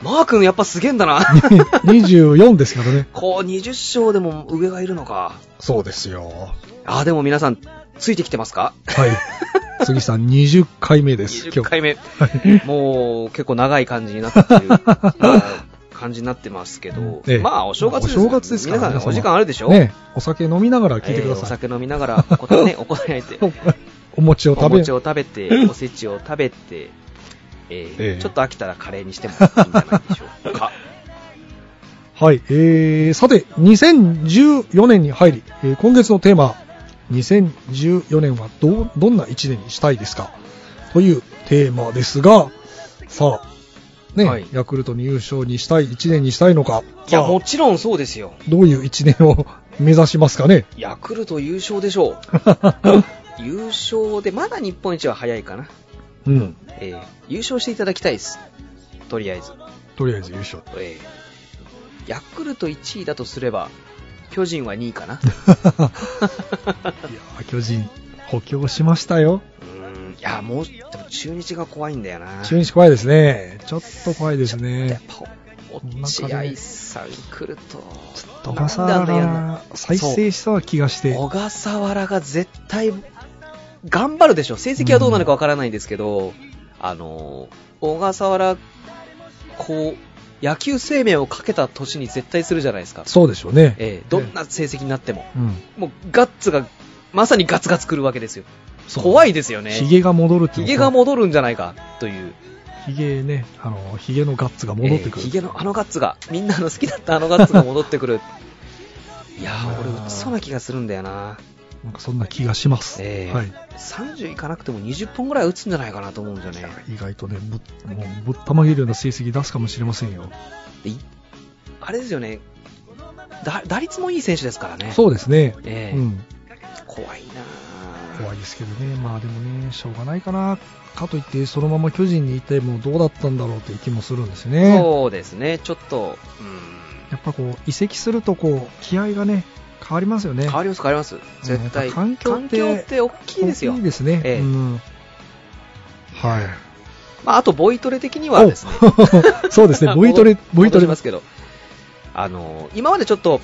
D: マー君やっぱすげえ んだな
B: 24ですからね。
D: こう20章でも上がいるのか
B: そうですよ。
D: あーでも皆さんついてきてますか
B: はい。杉さん20回目です。
D: 20回目
B: 今日。
D: もう結構長い感じになってるまあ感じになってますけど、
B: ええ
D: まあお正月です
B: お正月ですから
D: 皆さんお時間あるでしょ、
B: ね、お酒飲みながら聞いて
D: え
B: く
D: ー
B: だ
D: お
B: さい。
D: 酒飲みながらお 答えお答えて
B: お餅を
D: お
B: 食べ
D: 餅を食べておせちを食べて、えー
B: ええ
D: ちょっと飽きたらカレーにしてもいいんじゃないでしょ うか
B: はい、えー、さて、2014年に入り、えー今月のテーマ、2014年はどう、どんな1年にしたいですかというテーマですが、さあ、ね、
D: はい
B: ヤクルトに優勝にしたい、1年にしたいのか、
D: いや
B: さあ
D: もちろんそうですよ
B: どういう1年を目指しますか ね
D: ヤクルト優勝で しょう優勝でまだ日本一は早いかな、
B: うん、
D: えー優勝していただきたいですとりあえず
B: とりあえず優 勝。
D: えーヤクルト1位だとすれば、巨人は2位 かな。
B: いやー巨人、補強しましたよ。
D: うーん、いや、もう、でも中日が怖いんだよな。
B: 中日怖いですね。ちょっと怖いです
D: やっ
B: ね。
D: ぱ、落合さん来ると。
B: 小笠
D: なんだやんだ
B: 原、再生しそうな気がして。
D: 小笠原が絶対、頑張るでしょ。成績はどうなるかわからないんですけど、あのー、小笠原、こう、野球生命をかけた年に絶対するじゃないですか。
B: そうでしょうね。
D: えーどんな成績になっても。
B: うん。
D: もうガッツが、まさにガツガツ来るわけですよ。
B: そう
D: 怖いですよね。
B: ヒゲが戻るってい
D: ヒ
B: う
D: ゲが戻るんじゃないかという。
B: ヒゲね、あの、ヒゲのガッツが戻ってく
D: えー
B: る。
D: ヒゲのあのガッツが、みんなの好きだったあのガッツが戻ってくる。いやー、俺、打ちそうな気がするんだよな。
B: なんかそんな気がします。
D: ええ
B: はい。
D: 30いかなくても20本ぐらい打つんじゃないかなと思うんだよね。
B: 意外とね、ぶもうぶったまげるような成績出すかもしれませんよ。
D: でいあれですよね。だ打率もいい選手ですからね。
B: そうですね。
D: ええ
B: うん。
D: 怖いなー
B: 怖いですけどね。まあでもね、しょうがないかな。かといって、そのまま巨人にいてもどうだったんだろうっていう気もするんですね。
D: そうですね。ちょっと、うん。
B: やっぱこう、移籍するとこう、気合がね、変わりますよね。
D: 変わります、変わります。絶対。
B: やっぱ環境って
D: 環境って大きいですよ
B: いい。ですね。
D: ええ
B: うん。はい。
D: まあ、あと、ボイトレ的にはですね。、
B: お そうですね、ボイトレボイトレ
D: 戻しま。すけど。あの、今までちょっと、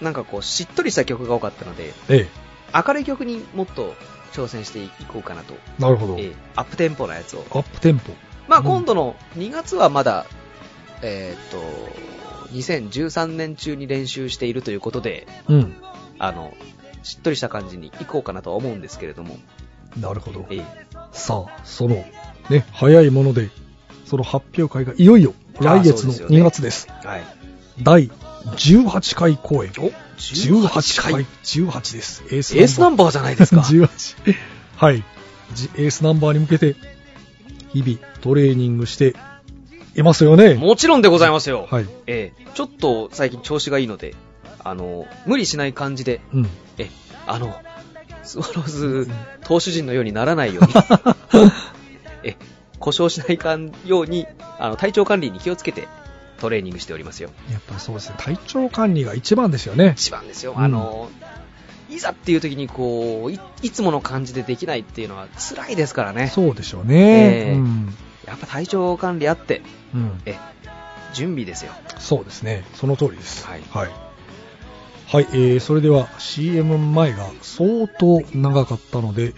D: なんかこう、しっとりした曲が多かったので、
B: え
D: 明るい曲にもっと挑戦していこうかなと。
B: え、なるほど。
D: ええアップテンポなやつを。
B: アップテンポ。
D: まあ、
B: うん
D: 今度の2月はまだ、えーっと、2013年中に練習しているということで、
B: うん。
D: あの、しっとりした感じに行こうかなとは思うんですけれども、
B: なるほど
D: え。え
B: さあ、その、ね、早いもので、その発表会がいよいよ
D: ああ
B: 来月の
D: そうですよね
B: 2月です。
D: はい。
B: 第18回公演。18
D: 18
B: 回 ?18 です。エース。
D: エースナンバーじゃないですか
B: 18。はい。じエースナンバーに向けて、日々トレーニングしていますよね。
D: もちろんでございますよ。
B: はい。
D: ええちょっと最近調子がいいので、あの、無理しない感じで、
B: うん。
D: え、あの、スワローズ投手陣のようにならないように、 え、故障しないかんように、あの、体調管理に気をつけてトレーニングしておりますよ。
B: やっぱそうですね。体調管理が一番ですよね。
D: 一番ですよ。
B: うん
D: あの、いざっていう時にこうい、いつもの感じでできないっていうのは辛いですからね。
B: そうでしょうね。
D: ええ
B: うん。
D: やっぱ体調管理あって、
B: うん。
D: え、準備ですよ。
B: そうですね。その通りです。
D: はい
B: はい。はいえーそれでは CM 前が相当長かったので、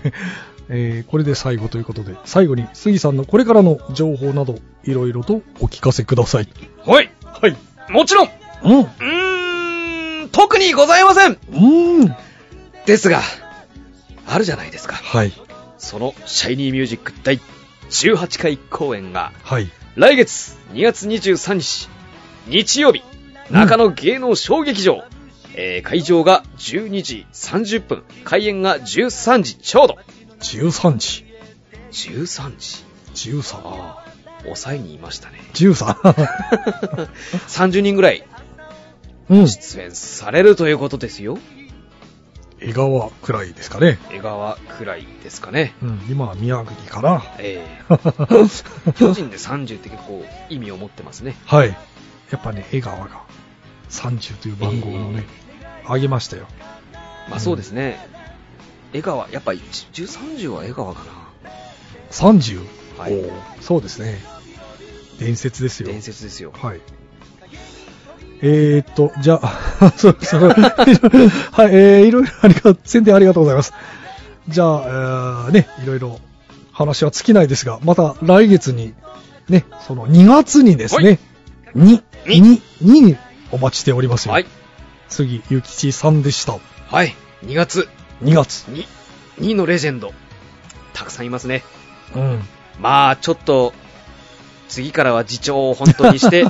B: えーこれで最後ということで、最後に杉さんのこれからの情報など、いろいろとお聞かせください。
D: はい
B: はい。
D: もちろんう
B: うん。
D: ーん、特にございません
B: うん。
D: ですが、あるじゃないですか。
B: はい。
D: その、シャイニーミュージック第18回公演が、
B: はい。
D: 来月2月23日、日曜日、中野芸能小劇場。えー会場が12時30分、開演が13時ちょうど。
B: 13時。
D: 13時
B: 13。
D: ああ。抑えにいましたね。
B: 13。
D: 30人ぐらい
B: うん。
D: 出演されるということですよ。
B: 江川くらいですかね。
D: 江川くらいですかね。
B: うん、今は宮城かな。
D: ええ 巨人で30って結構意味を持ってますね。
B: はい。やっぱね、江川が30という番号をね、あげましたよ。
D: まあそうですね。江川、やっぱ1 30は江川かな。
B: 30。
D: はい
B: おーそうですね。伝説ですよ。
D: 伝説ですよ。
B: はい。えー、っと、じゃあ、 そうそうはい、えー、いろいろありが、宣伝ありがとうございます。じゃあ、えーね、いろいろ話は尽きないですが、また来月に、ね、その2月にですね、2、
D: に
B: 2、2にお待ちしておりますよ。
D: はい。
B: 次、ゆきちさんでした。
D: はい。2月
B: 2月。
D: に、2のレジェンド。たくさんいますね。
B: うん。
D: まあちょっと、次からは自重を本当に して、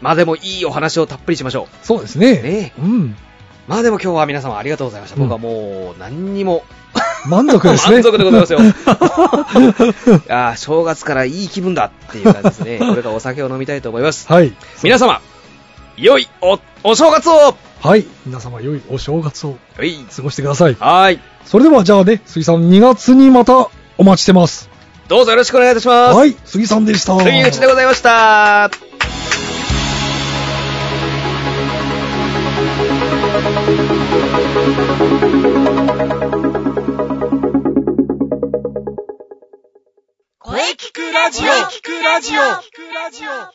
D: まあでもいいお話をたっぷりしましょ
B: そうですね。
D: う。ねえ。
B: うん。
D: まあでも今日は皆様ありがとうございました。僕はもう何にも
B: 満足ですね。
D: 満足でございますよ。ああ、正月からいい気分だっていう感じです ね。これからお酒を飲みたいと思います。
B: はい。
D: 皆様、良いお、お正月を
B: はい。皆様、良いお正月を
D: はい。
B: 過ごしてください。
D: はーい。
B: それではじゃあね、杉さん2月にまたお待ちしてます。
D: どうぞよろしくお願いいたします。
B: はい、杉さんでした。
D: 杉口でございました。
E: 声聞くラジオ聞くラジオ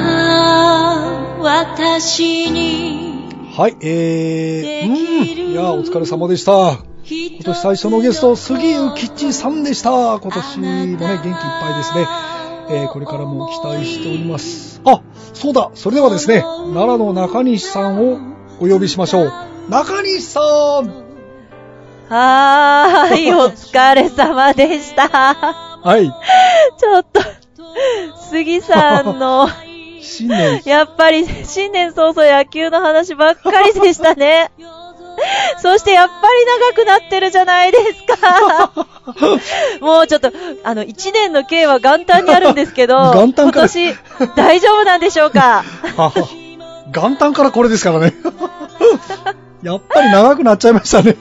E: 今私に
B: はい、えー、
E: できる
B: うんいやー、お疲れ様でした。
E: 今
B: 今年最初のゲスト、杉ゆきちさんでした。今年もね、元気いっぱいですね。えー、これからも期待しております。あ、そうだ、それではですね、奈良の中西さんをお呼びしましょう。中西さん
C: はーい、お疲れ様でした。
B: はい、
C: ちょっと、杉さんの、
B: 新 年、
C: やっぱり新年早々野球の話ばっかりでした ね。そしてやっぱり長くなってるじゃないです か。もうちょっと、あの、1年の計は元旦にあるんですけど、
B: 元旦
C: 今
B: から
C: 年大丈夫なんでしょうか
B: あ元旦からこれですからね。 やっぱり長くなっちゃいましたね。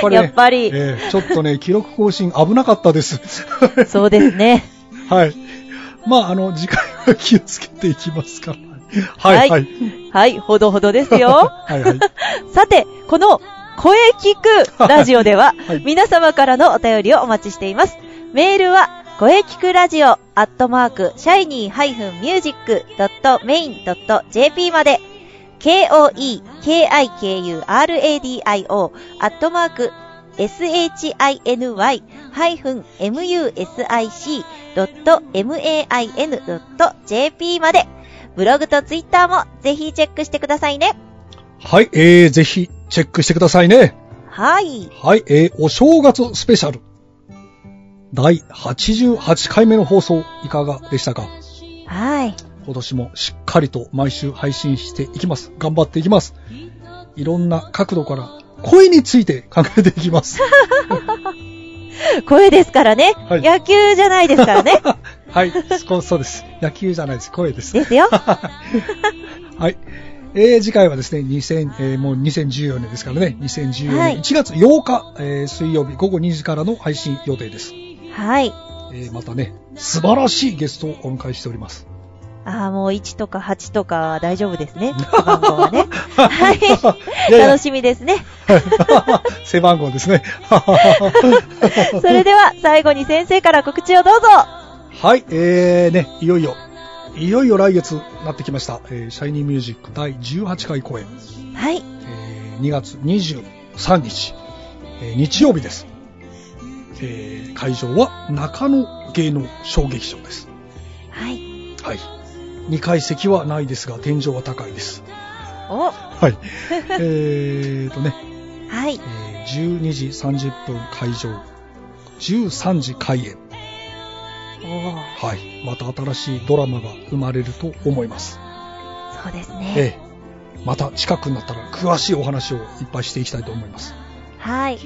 B: これね
C: やっぱり
B: ええちょっと ね、記録更新危なかったです。
C: そうですね。
B: はい。まあ、あの、次回は気をつけていきますから。はい、はい。
C: はい、ほどほどですよ。
B: はい、はい。
C: さて、この声聞くラジオでは、
B: はい
C: 皆様からのお便りをお待ちしています。メールは、声聞くラジオ、アットマーク、シャイニー -music.main.jp まで、k-o-e-k-i-k-u-r-a-d-i-o、アットマーク、shiny-music.main.jp まで、ブログとツイッターもぜひチェックしてくださいね。
B: はい、えー、ぜひ、チェックしてくださいね。
C: はい。
B: はい、えー、お正月スペシャル。第88回目の放送、いかがでしたか
C: はい。
B: 今年もしっかりと毎週配信していきます。頑張っていきます。いろんな角度から声について考えていきます。
C: 声ですからね。
B: はい
C: 野球じゃないですから ね。
B: はい、そうそうです。野球じゃないです。声です。
C: ですよ。
B: はい。えー、次回はですね、2000、えーもう2014年ですからね、
C: は
B: 2014
C: い
B: 年1月8日、えー水曜日午後2時からの配信予定です。
C: はい。
B: えーまたね、素晴らしいゲストをお迎えしております。
C: ああ、もう1とか8とかは大丈夫ですね。背番号はね。はい
B: やい
C: い。
B: や
C: 楽しみですね。
B: はい。背番号ですね。
C: それでは最後に先生から告知をどうぞ。
B: はい、えー、ね、いよいよ、いよいよ来月なってきました、えー、シャイニーミュージック第18回公演、
C: はい。
B: えー2月23日、えー日曜日です。えー会場は中野芸能小劇場です。
C: はい。
B: はい。2階席はないですが、天井は高いです。
C: お
B: はい。えーとね、
C: はい
B: え。ー12時30分会場、13時開演。
C: お
B: はい。また新しいドラマが生まれると思います。
C: ーそうです
B: え
C: ね。
B: え。また近くになったら詳しいお話をいっぱいしていきたいと思います。
C: はい。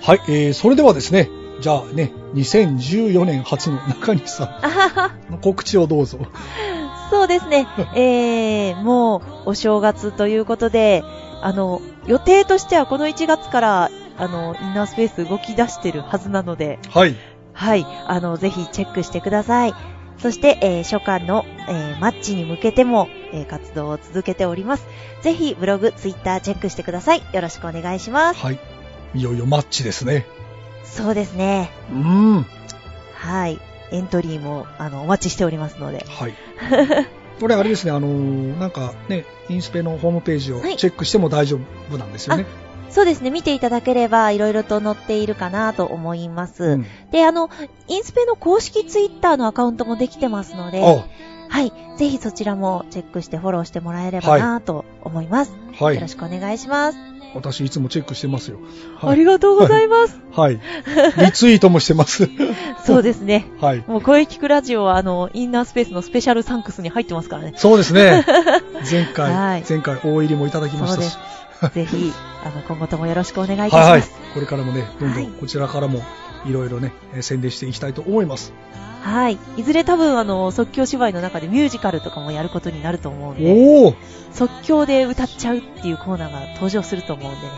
B: はい。えー、それではですね、じゃあね、2014年初の中西さ
C: あはは。
B: んの告知をどうぞ。
C: そうです ね。えー、もう、お正月ということで、あの、予定としてはこの1月から、あの、インナースペース動き出してるはずなので、
B: はい。
C: はい、あの、ぜひチェックしてください。そして、えー初夏の、えーマッチに向けても、えー活動を続けております。ぜひ、ブログ、ツイッターチェックしてください。よろしくお願いします。
B: はい。いよいよマッチですね。
C: そうですね。
B: うん。は
C: はい。エントリーも、あの、お待ちしておりますので。
B: い。これあれですね、あのーなんかね、インスペのホームページを
C: はい
B: チェックしても大丈夫なんですよね。
C: そうですね。見ていただければ、いろいろと載っているかなと思います。
B: うん。
C: で、あの、インスペの公式ツイッターのアカウントもできてますので、
B: あ、
C: はい。ぜひそちらもチェックしてフォローしてもらえればなと思います。
B: は
C: よろ
B: い。
C: しくお願いします。
B: 私いつもチェックしてますよ。
C: あ
B: はい。
C: りがとうございます。
B: はい。リツイートもしてます。
C: そうですね。
B: はい。
C: もう声聞くラジオは、あの、インナースペースのスペシャルサンクスに入ってますからね。
B: そうです ね。前回、
C: はい
B: 前回大入りもいただきましたし。
C: ぜひ、あの、今後ともよろしくお願いいたし
B: はいは
C: ま
B: い
C: す。。
B: これからもね、どんど
C: はい
B: んこちらからもいろいろね、えー宣伝していきたいと思います。
C: はい。いずれ多分、あの、即興芝居の中でミュージカルとかもやることになると思うんで、
B: おお
C: 即興で歌っちゃうっていうコーナーが登場すると思うんでね、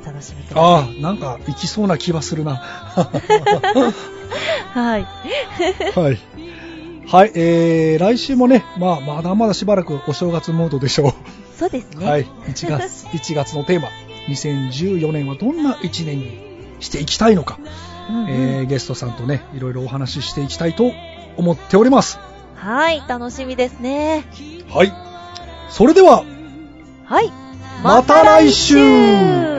C: お楽しみくださ
B: ああ、なんか、いきそうな気はす るな。
C: い。はい。
B: はい。はい、えー、来週もね、まあ、まだまだしばらくお正月モードでしょ
C: そうです
B: う。
C: ね。
B: はい。1月、1月のテーマ、2014年はどんな1年にしていきたいのか、
C: うんうん
B: えーゲストさんとね、いろいろお話ししていきたいと思っております。
C: はい。楽しみですね。
B: はい。それでは、
C: はい。
B: また来週